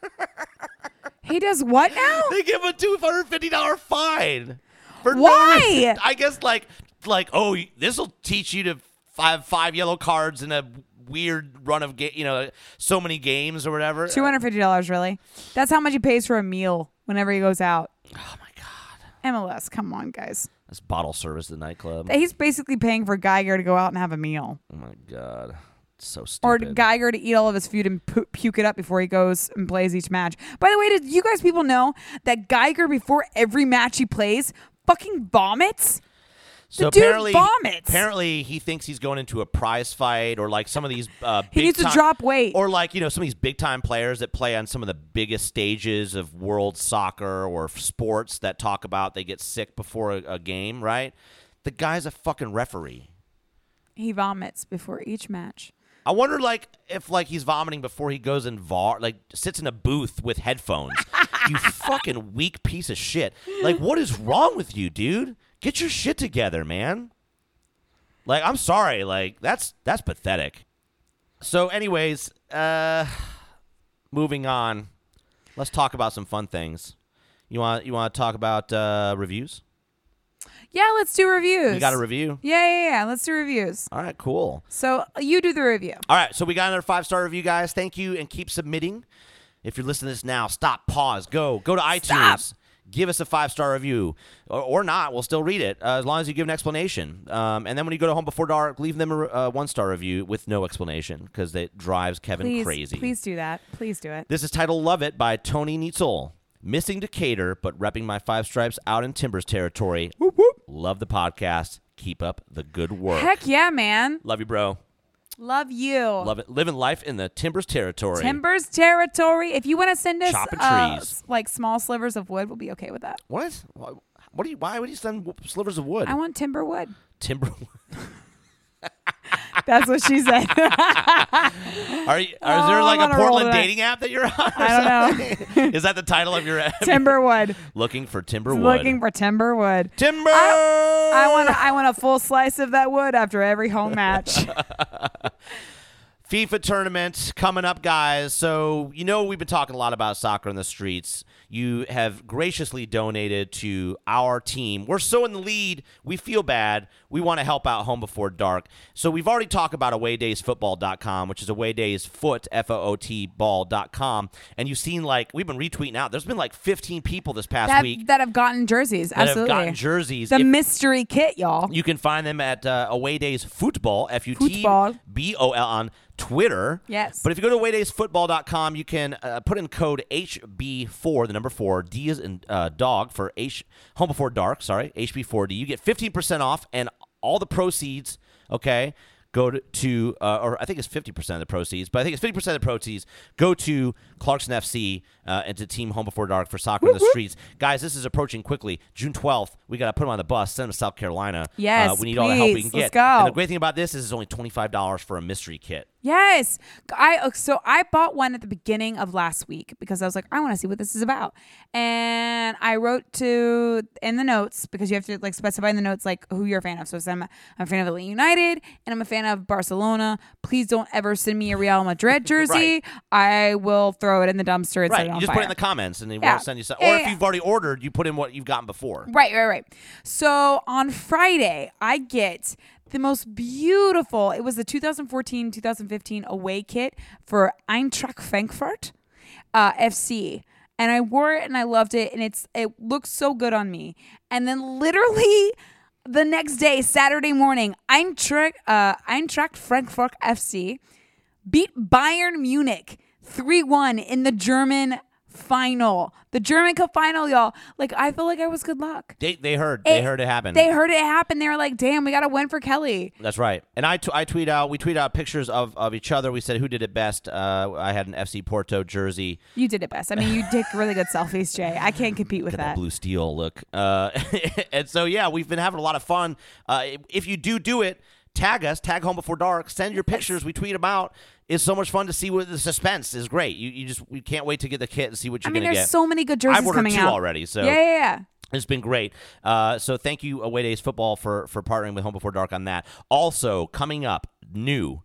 Speaker 4: he does what now?
Speaker 2: they give a two hundred fifty dollar fine for no
Speaker 4: Why?
Speaker 2: reason. I guess like like oh this will teach you to five five yellow cards in a weird run of game. You know, so many games or whatever.
Speaker 4: Two hundred fifty dollars, really? That's how much he pays for a meal whenever he goes out.
Speaker 2: Oh my god,
Speaker 4: MLS, come on, guys.
Speaker 2: that's bottle service at the nightclub.
Speaker 4: He's basically paying for Geiger to go out and have a meal,
Speaker 2: oh my god, it's so
Speaker 4: or
Speaker 2: stupid.
Speaker 4: Geiger to eat all of his food and pu- puke it up before he goes and plays each match. By the way, did you guys people know that Geiger before every match he plays fucking vomits?
Speaker 2: So
Speaker 4: The dude
Speaker 2: apparently,
Speaker 4: vomits.
Speaker 2: apparently he thinks he's going into a prize fight or like some of these. Uh,
Speaker 4: He
Speaker 2: big
Speaker 4: needs to
Speaker 2: time-
Speaker 4: drop weight.
Speaker 2: or like you know some of these big time players that play on some of the biggest stages of world soccer or f- sports that talk about they get sick before a, a game, right? The guy's a fucking referee.
Speaker 4: He vomits before each match.
Speaker 2: I wonder, like, if like he's vomiting before he goes in var, like sits in a booth with headphones. you fucking weak piece of shit. Like, what is wrong with you, dude? Get your shit together, man. Like, I'm sorry. Like, that's that's pathetic. So, anyways, uh, moving on. Let's talk about some fun things. You want you want to talk about uh, reviews?
Speaker 4: Yeah, let's do reviews.
Speaker 2: You got a review?
Speaker 4: Yeah, yeah, yeah. Let's do reviews.
Speaker 2: All right, cool.
Speaker 4: So you do the review.
Speaker 2: All right, so we got another five star review, guys. Thank you, and keep submitting. If you're listening to this now, stop, pause, go, go to iTunes, give us a five star review, or, or not. We'll still read it uh, as long as you give an explanation. Um, and then when you go to Home Before Dark, leave them a uh, one star review with no explanation because it drives Kevin
Speaker 4: Please,
Speaker 2: crazy.
Speaker 4: please do that. Please do it.
Speaker 2: This is titled Love It by Tony Nietzsche. Missing Decatur, but repping my five stripes out in Timbers territory. Whoop, whoop. Love the podcast. Keep up the good work.
Speaker 4: Heck yeah, man.
Speaker 2: Love you, bro.
Speaker 4: Love you.
Speaker 2: Love it. Living life in the Timbers territory.
Speaker 4: Timbers territory. If you want to send us
Speaker 2: Chopping
Speaker 4: uh,
Speaker 2: trees.
Speaker 4: s- like small slivers of wood, we'll be okay with that.
Speaker 2: What? Why- What do you? Why would you send w- slivers of wood?
Speaker 4: I want timber wood.
Speaker 2: Timber.
Speaker 4: That's what she said.
Speaker 2: Are you? Are, is there
Speaker 4: Oh,
Speaker 2: like
Speaker 4: I'm on
Speaker 2: a
Speaker 4: a roll
Speaker 2: Portland
Speaker 4: tonight.
Speaker 2: dating app that you're on?
Speaker 4: I don't know.
Speaker 2: know. is that the title of your?
Speaker 4: timber wood.
Speaker 2: Looking for timber wood.
Speaker 4: Looking for timber wood.
Speaker 2: timber.
Speaker 4: I want a, I want a full slice of that wood after every home match.
Speaker 2: FIFA tournament coming up, guys. So, you know, we've been talking a lot about soccer in the streets. You have graciously donated to our team. We're so in the lead. We feel bad. We want to help out Home Before Dark. So, we've already talked about awaydaysfootball.com, which is awaydaysfoot, F O O T, ball.com. And you've seen, like, we've been retweeting out. There's been like 15 people this past
Speaker 4: that,
Speaker 2: week
Speaker 4: that have gotten jerseys.
Speaker 2: that
Speaker 4: Absolutely.
Speaker 2: have gotten jerseys.
Speaker 4: the
Speaker 2: If-
Speaker 4: mystery kit, y'all.
Speaker 2: you can find them at uh, Away Days Football, F U T
Speaker 4: Football.
Speaker 2: B O L on Twitter.
Speaker 4: Yes.
Speaker 2: But if you go to awaydaysfootball.com, you can uh, put in code HB4, the number four, D is in uh, dog for H Home Before Dark, sorry, HB4D. You get 15% off and all the proceeds, okay? Go to, to uh, or I think it's 50% of the proceeds, but I think it's 50% of the proceeds go to Clarkson FC uh, and to Team Home Before Dark for soccer in the streets. Guys, this is approaching quickly. June 12th, we got to put them on the bus, send them to South Carolina.
Speaker 4: Yes,
Speaker 2: Uh, we need all the help we
Speaker 4: please.
Speaker 2: can get.
Speaker 4: Let's go.
Speaker 2: And the great thing about this is it's only $25 for a mystery kit.
Speaker 4: Yes. I uh, so I bought one at the beginning of last week because I was like, I want to see what this is about. And I wrote to in the notes because you have to like specify in the notes like who you're a fan of. So I said, I'm a, I'm a fan of Atlanta United and I'm a fan of Barcelona. Please don't ever send me a Real Madrid jersey. I will throw it in the dumpster and set
Speaker 3: Right.
Speaker 4: it
Speaker 3: You
Speaker 4: on
Speaker 3: just
Speaker 4: fire.
Speaker 3: put it in the comments and they
Speaker 4: Yeah.
Speaker 3: will send you some.
Speaker 4: Yeah,
Speaker 3: Or
Speaker 4: yeah,
Speaker 3: if
Speaker 4: yeah.
Speaker 3: you've already ordered, you put in what you've gotten before.
Speaker 4: Right, right, right. So on Friday, I get the most beautiful. It was the 2014-2015 away kit for Eintracht Frankfurt uh, FC, and I wore it and I loved it, and it's it looked so good on me. And then literally the next day, Saturday morning, Eintracht uh, Eintracht Frankfurt FC beat Bayern Munich 3 1 in the German final. The German Cup final, y'all. Like, I feel like I was good luck.
Speaker 3: They, they heard. They heard it happen.
Speaker 4: They heard it happen. They were like, damn, we got to win for Kelly.
Speaker 3: That's right. And I, t- I tweet out, we tweet out pictures of, of each other. We said who did it best. Uh, I had an FC Porto jersey,
Speaker 4: You did it best. I mean, you take really good selfies, Jay. I can't compete with
Speaker 3: that
Speaker 4: that.
Speaker 3: blue steel look. Uh, and so, yeah, we've been having a lot of fun. Uh, if you do do it, tag us, tag Home Before Dark, send your pictures. We tweet them out. It's so much fun to see what the suspense is great. You, you just, we can't wait to get the kit and see what
Speaker 4: I
Speaker 3: you're
Speaker 4: mean,
Speaker 3: going
Speaker 4: there's
Speaker 3: to get.
Speaker 4: so many good jerseys
Speaker 3: I've ordered
Speaker 4: coming
Speaker 3: two
Speaker 4: out
Speaker 3: already, so-
Speaker 4: yeah, yeah, yeah.
Speaker 3: It's been great. Uh, so thank you, Away Days Football, for for partnering with Home Before Dark on that. Also coming up, new.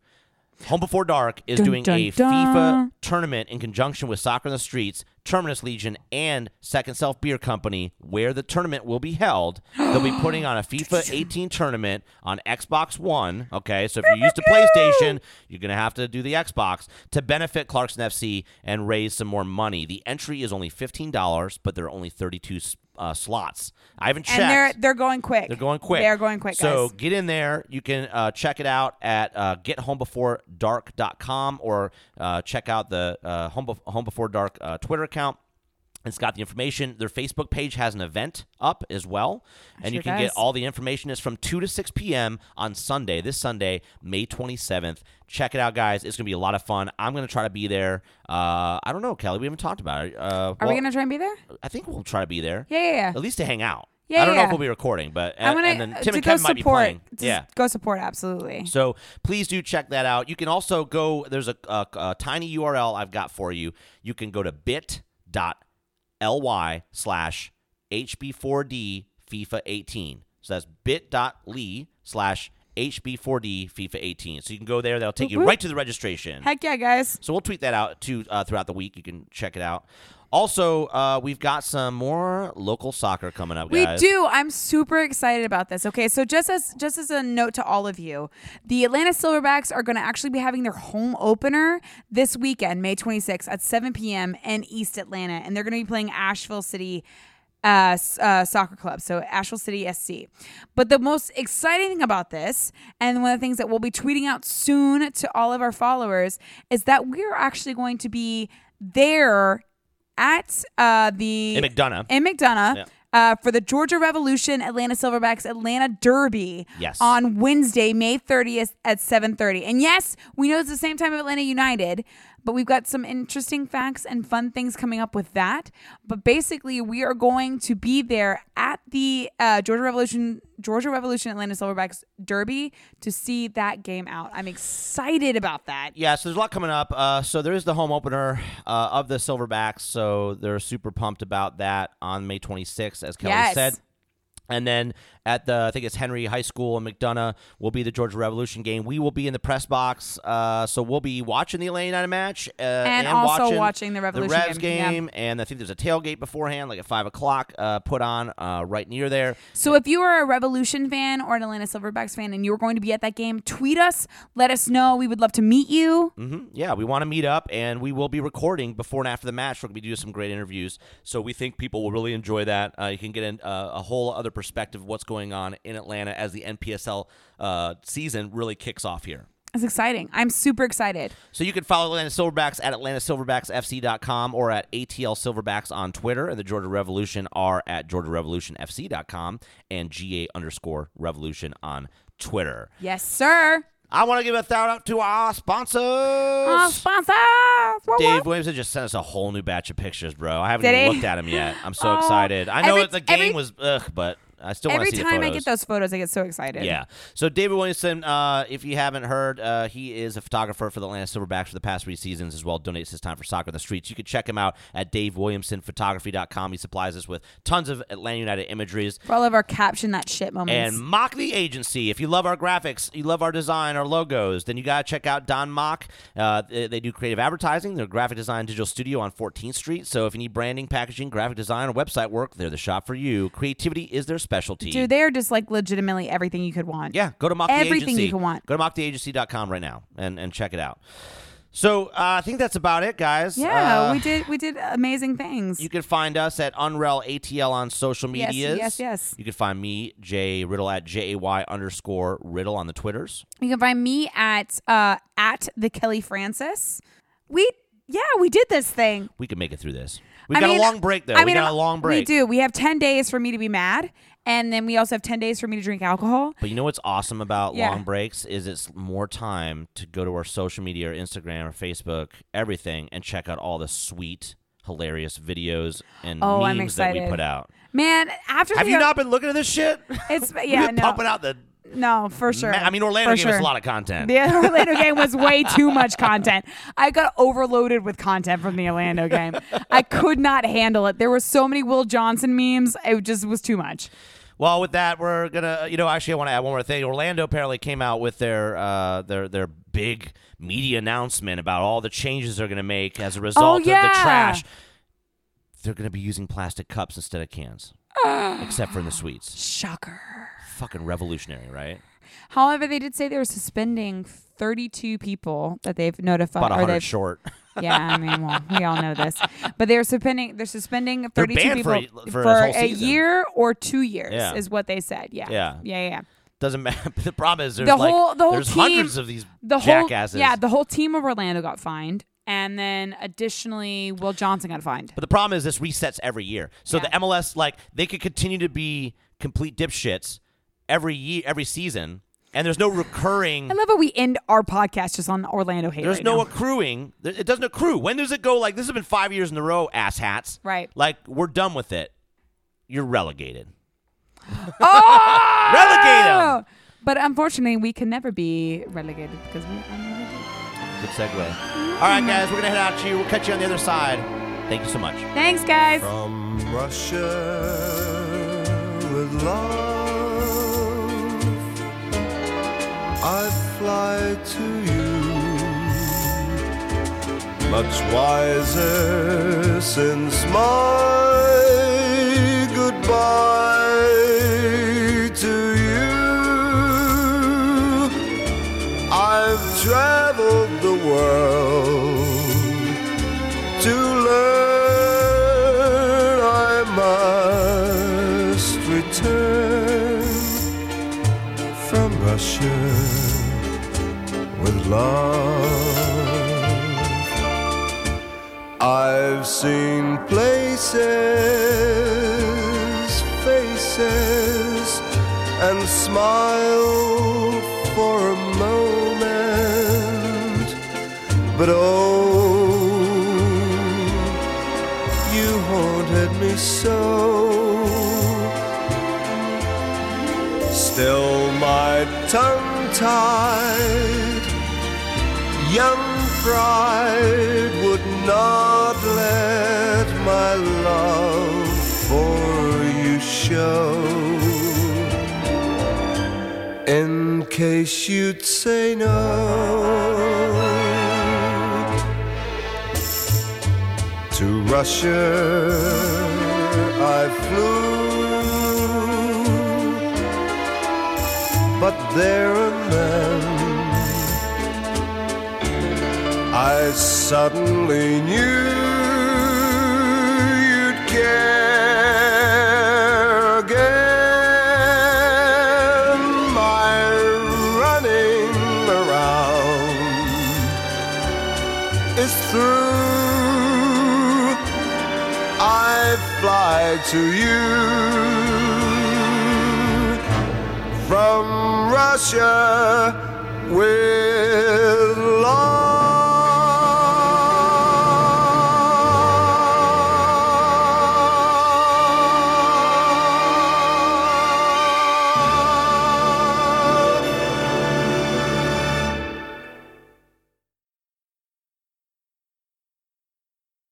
Speaker 3: Home Before Dark is
Speaker 4: Dun,
Speaker 3: doing
Speaker 4: dun,
Speaker 3: a
Speaker 4: dun.
Speaker 3: FIFA tournament in conjunction with Soccer in the Streets, Terminus Legion, and Second Self Beer Company, where the tournament will be held. They'll be putting on a FIFA 18 tournament on Xbox One. Okay, so if you're used to PlayStation, you're going to have to do the Xbox to benefit Clarkson FC and raise some more money. The entry is only $15, but there are only 32 s- uh, slots. I haven't checked.
Speaker 4: And they're they're going quick.
Speaker 3: They're going quick.
Speaker 4: They're going quick,
Speaker 3: So
Speaker 4: guys.
Speaker 3: get in there. You can uh, check it out at uh, gethomebeforedark.com or uh, check out the uh, Home, Bef- Home Before Dark uh, Twitter account. It's got the information. Their Facebook page has an event up as well. And you
Speaker 4: sure
Speaker 3: can
Speaker 4: does.
Speaker 3: get all the information. It's from 2 to 6 p.m. on Sunday, this Sunday, May 27th. Check it out, guys. It's going to be a lot of fun. I'm going to try to be there. Uh, I don't know, Kelly. We haven't talked about it. Uh,
Speaker 4: Are
Speaker 3: well,
Speaker 4: we gonna try and be there?
Speaker 3: I think we'll try to be there.
Speaker 4: Yeah, yeah, yeah.
Speaker 3: At least to hang out.
Speaker 4: Yeah,
Speaker 3: I don't know
Speaker 4: yeah.
Speaker 3: if we'll be recording, but
Speaker 4: I'm gonna uh,
Speaker 3: and then Tim
Speaker 4: to
Speaker 3: and
Speaker 4: go
Speaker 3: Kevin might be
Speaker 4: support.
Speaker 3: playing.
Speaker 4: Just
Speaker 3: yeah.
Speaker 4: go support. Absolutely.
Speaker 3: So please do check that out. You can also go. There's a, a, a tiny URL I've got for you. You can go to bit.ly slash hb4d FIFA 18. So that's bit.ly slash hb4d FIFA 18. So you can go there. That'll take you
Speaker 4: Woo-woo.
Speaker 3: right to the registration.
Speaker 4: Heck yeah, guys.
Speaker 3: So we'll tweet that out too uh, throughout the week. You can check it out. Also, uh, we've got some more local soccer coming up, guys.
Speaker 4: We do. I'm super excited about this. Okay, so just as just as a note to all of you, the Atlanta Silverbacks are going to actually be having their home opener this weekend, May 26th at 7 p.m. in East Atlanta, and they're going to be playing Asheville City. Uh, s- uh, soccer club, so Asheville City SC. But the most exciting thing about this, and one of the things that we'll be tweeting out soon to all of our followers, is that we're actually going to be there at uh, the
Speaker 3: In McDonough.
Speaker 4: in McDonough
Speaker 3: Yeah.
Speaker 4: uh, for the Georgia Revolution Atlanta Silverbacks Atlanta Derby
Speaker 3: Yes.
Speaker 4: on Wednesday, May 30th at 7:30. And yes, we know it's the same time of Atlanta United, but we've got some interesting facts and fun things coming up with that. But basically, we are going to be there at the uh, Georgia Revolution Georgia Revolution Atlanta Silverbacks Derby to see that game out. I'm excited about that.
Speaker 3: yeah, so there's a lot coming up. Uh, so there is the home opener uh, of the Silverbacks, so they're super pumped about that on May 26th, as Kelly
Speaker 4: Yes.
Speaker 3: said. And then at the, I think it's Henry High School in McDonough, will be the Georgia Revolution game. We will be in the press box, uh, so we'll be watching the Atlanta United match uh, and,
Speaker 4: also
Speaker 3: watching,
Speaker 4: watching the Revolution
Speaker 3: Revs
Speaker 4: game, yeah.
Speaker 3: And I think there's a tailgate beforehand, like at five o'clock, uh, put on uh, right near there.
Speaker 4: So if you are a Revolution fan or an Atlanta Silverbacks fan and you're going to be at that game, tweet us. Let us know. We would love to meet you.
Speaker 3: hmm Yeah, we want to meet up, and we will be recording before and after the match. We're going to be doing some great interviews, so we think people will really enjoy that. Uh, you can get an, uh, a whole other perspective of what's going on in Atlanta as the NPSL uh, season really kicks off here.
Speaker 4: It's exciting. I'm super excited.
Speaker 3: So you can follow Atlanta Silverbacks at AtlantaSilverbacksFC.com or at ATL Silverbacks on Twitter, and the Georgia Revolution are at GeorgiaRevolutionFC.com and GA underscore Revolution on Twitter.
Speaker 4: Yes, sir.
Speaker 3: I want to give a shout out to our sponsors.
Speaker 4: Our sponsor. What,
Speaker 3: Dave
Speaker 4: what?
Speaker 3: Williamson just sent us a whole new batch of pictures, bro. I haven't
Speaker 4: Did
Speaker 3: even
Speaker 4: he?
Speaker 3: looked at him yet. I'm so
Speaker 4: Oh,
Speaker 3: excited. I know
Speaker 4: every-
Speaker 3: it, the game
Speaker 4: every-
Speaker 3: was ugh, but I still want
Speaker 4: Every
Speaker 3: to see the
Speaker 4: time I
Speaker 3: photos.
Speaker 4: get those photos, I get so excited.
Speaker 3: Yeah. So David Williamson, uh, if you haven't heard, uh, he is a photographer for the Atlanta Silverbacks for the past three seasons as well. Donates his time for soccer on the streets. You can check him out at davewilliamsonphotography.com. He supplies us with tons of Atlanta United imageries.
Speaker 4: For all of our caption that shit moments.
Speaker 3: And Mock the Agency. If you love our graphics, you love our design, our logos, then you got to check out Don Mock. Uh, they, they do creative advertising. They're a graphic design digital studio on 14th Street. So if you need branding, packaging, graphic design, or website work, they're the shop for you. Creativity is their specialty.
Speaker 4: Dude, they are just like legitimately everything you could want.
Speaker 3: Yeah, go to Mock the
Speaker 4: Everything
Speaker 3: Agency.
Speaker 4: you can want.
Speaker 3: Go to mocktheagency.com right now and, and check it out. So uh, I think that's about it, guys.
Speaker 4: Yeah,
Speaker 3: Uh,
Speaker 4: we did we did amazing things.
Speaker 3: You can find us at Unrel ATL on social
Speaker 4: Yes,
Speaker 3: medias.
Speaker 4: yes, yes.
Speaker 3: You can find me, Jay Riddle, at J-A-Y underscore Riddle on the Twitters.
Speaker 4: You can find me at uh at the Kelly Francis. We yeah, we did this thing.
Speaker 3: We can make it through this. We've
Speaker 4: I
Speaker 3: got
Speaker 4: mean,
Speaker 3: a long break, though.
Speaker 4: I
Speaker 3: we
Speaker 4: mean, uh,
Speaker 3: got a long break.
Speaker 4: We do. We have ten days for me to be mad, and then we also have ten days for me to drink alcohol.
Speaker 3: But you know what's awesome about
Speaker 4: Yeah.
Speaker 3: long breaks is it's more time to go to our social media or Instagram or Facebook, everything, and check out all the sweet, hilarious videos and
Speaker 4: Oh, I'm
Speaker 3: memes that we
Speaker 4: excited.
Speaker 3: put out.
Speaker 4: Man, after
Speaker 3: Have
Speaker 4: the,
Speaker 3: you not been looking at this shit?
Speaker 4: It's
Speaker 3: We've
Speaker 4: yeah,
Speaker 3: been
Speaker 4: no,
Speaker 3: pumping out the.
Speaker 4: no, for sure.
Speaker 3: I mean, Orlando
Speaker 4: For
Speaker 3: gave us
Speaker 4: sure.
Speaker 3: a lot of content.
Speaker 4: The Orlando game was way too much content. I got overloaded with content from the Orlando game. I could not handle it. There were so many Will Johnson memes. It just was too much.
Speaker 3: Well, with that, we're gonna. You know, actually, I want to add one more thing. Orlando apparently came out with their uh, their their big media announcement about all the changes they're gonna make as a result of the
Speaker 4: Oh, yeah.
Speaker 3: trash. They're gonna be using plastic cups instead of cans, except for in the sweets.
Speaker 4: Shocker.
Speaker 3: Fucking revolutionary, right?
Speaker 4: However, they did say they were suspending 32 people that they've notified.
Speaker 3: About
Speaker 4: or
Speaker 3: hundred
Speaker 4: they've,
Speaker 3: short.
Speaker 4: Yeah, I mean, well, we all know this, but they're suspending. They're suspending 32
Speaker 3: banned for
Speaker 4: people
Speaker 3: a- for this whole
Speaker 4: a
Speaker 3: season.
Speaker 4: year or two years,
Speaker 3: Yeah.
Speaker 4: is what they said. Yeah,
Speaker 3: Yeah.
Speaker 4: yeah, yeah.
Speaker 3: Doesn't matter. The problem is there's
Speaker 4: The
Speaker 3: like
Speaker 4: whole- the whole
Speaker 3: there's
Speaker 4: team-
Speaker 3: hundreds of these
Speaker 4: The
Speaker 3: jackasses.
Speaker 4: whole yeah, the whole team of Orlando got fined, and then additionally, Will Johnson got fined.
Speaker 3: But the problem is this resets every year. So the
Speaker 4: Yeah.
Speaker 3: MLS, like, they could continue to be complete dipshits every year, every season, and there's no recurring.
Speaker 4: I love how we end our podcast just on the Orlando hate.
Speaker 3: There's
Speaker 4: right
Speaker 3: no
Speaker 4: now.
Speaker 3: accruing. There- It doesn't accrue. When does it go? Like this has been five years in a row, ass hats.
Speaker 4: Right.
Speaker 3: Like we're done with it. You're relegated.
Speaker 4: oh!
Speaker 3: Relegate
Speaker 4: But unfortunately, we can never be relegated because we are never did.
Speaker 3: them. Good segue. All right, guys, we're gonna head out to you. We'll catch you on the other side. Thank you so much.
Speaker 4: Thanks, guys.
Speaker 1: From Russia with love, I fly to you. Much wiser since my goodbye to you. I've traveled the world to learn I must return from Russia with love. I've seen places, faces, and smiled for a moment. But oh, you haunted me so. Still my tongue tied, young pride would not let my love for you show in case you'd say no to Russia. I flew, but there and then I suddenly knew you'd care again. My running around is through. I fly to you from Russia with.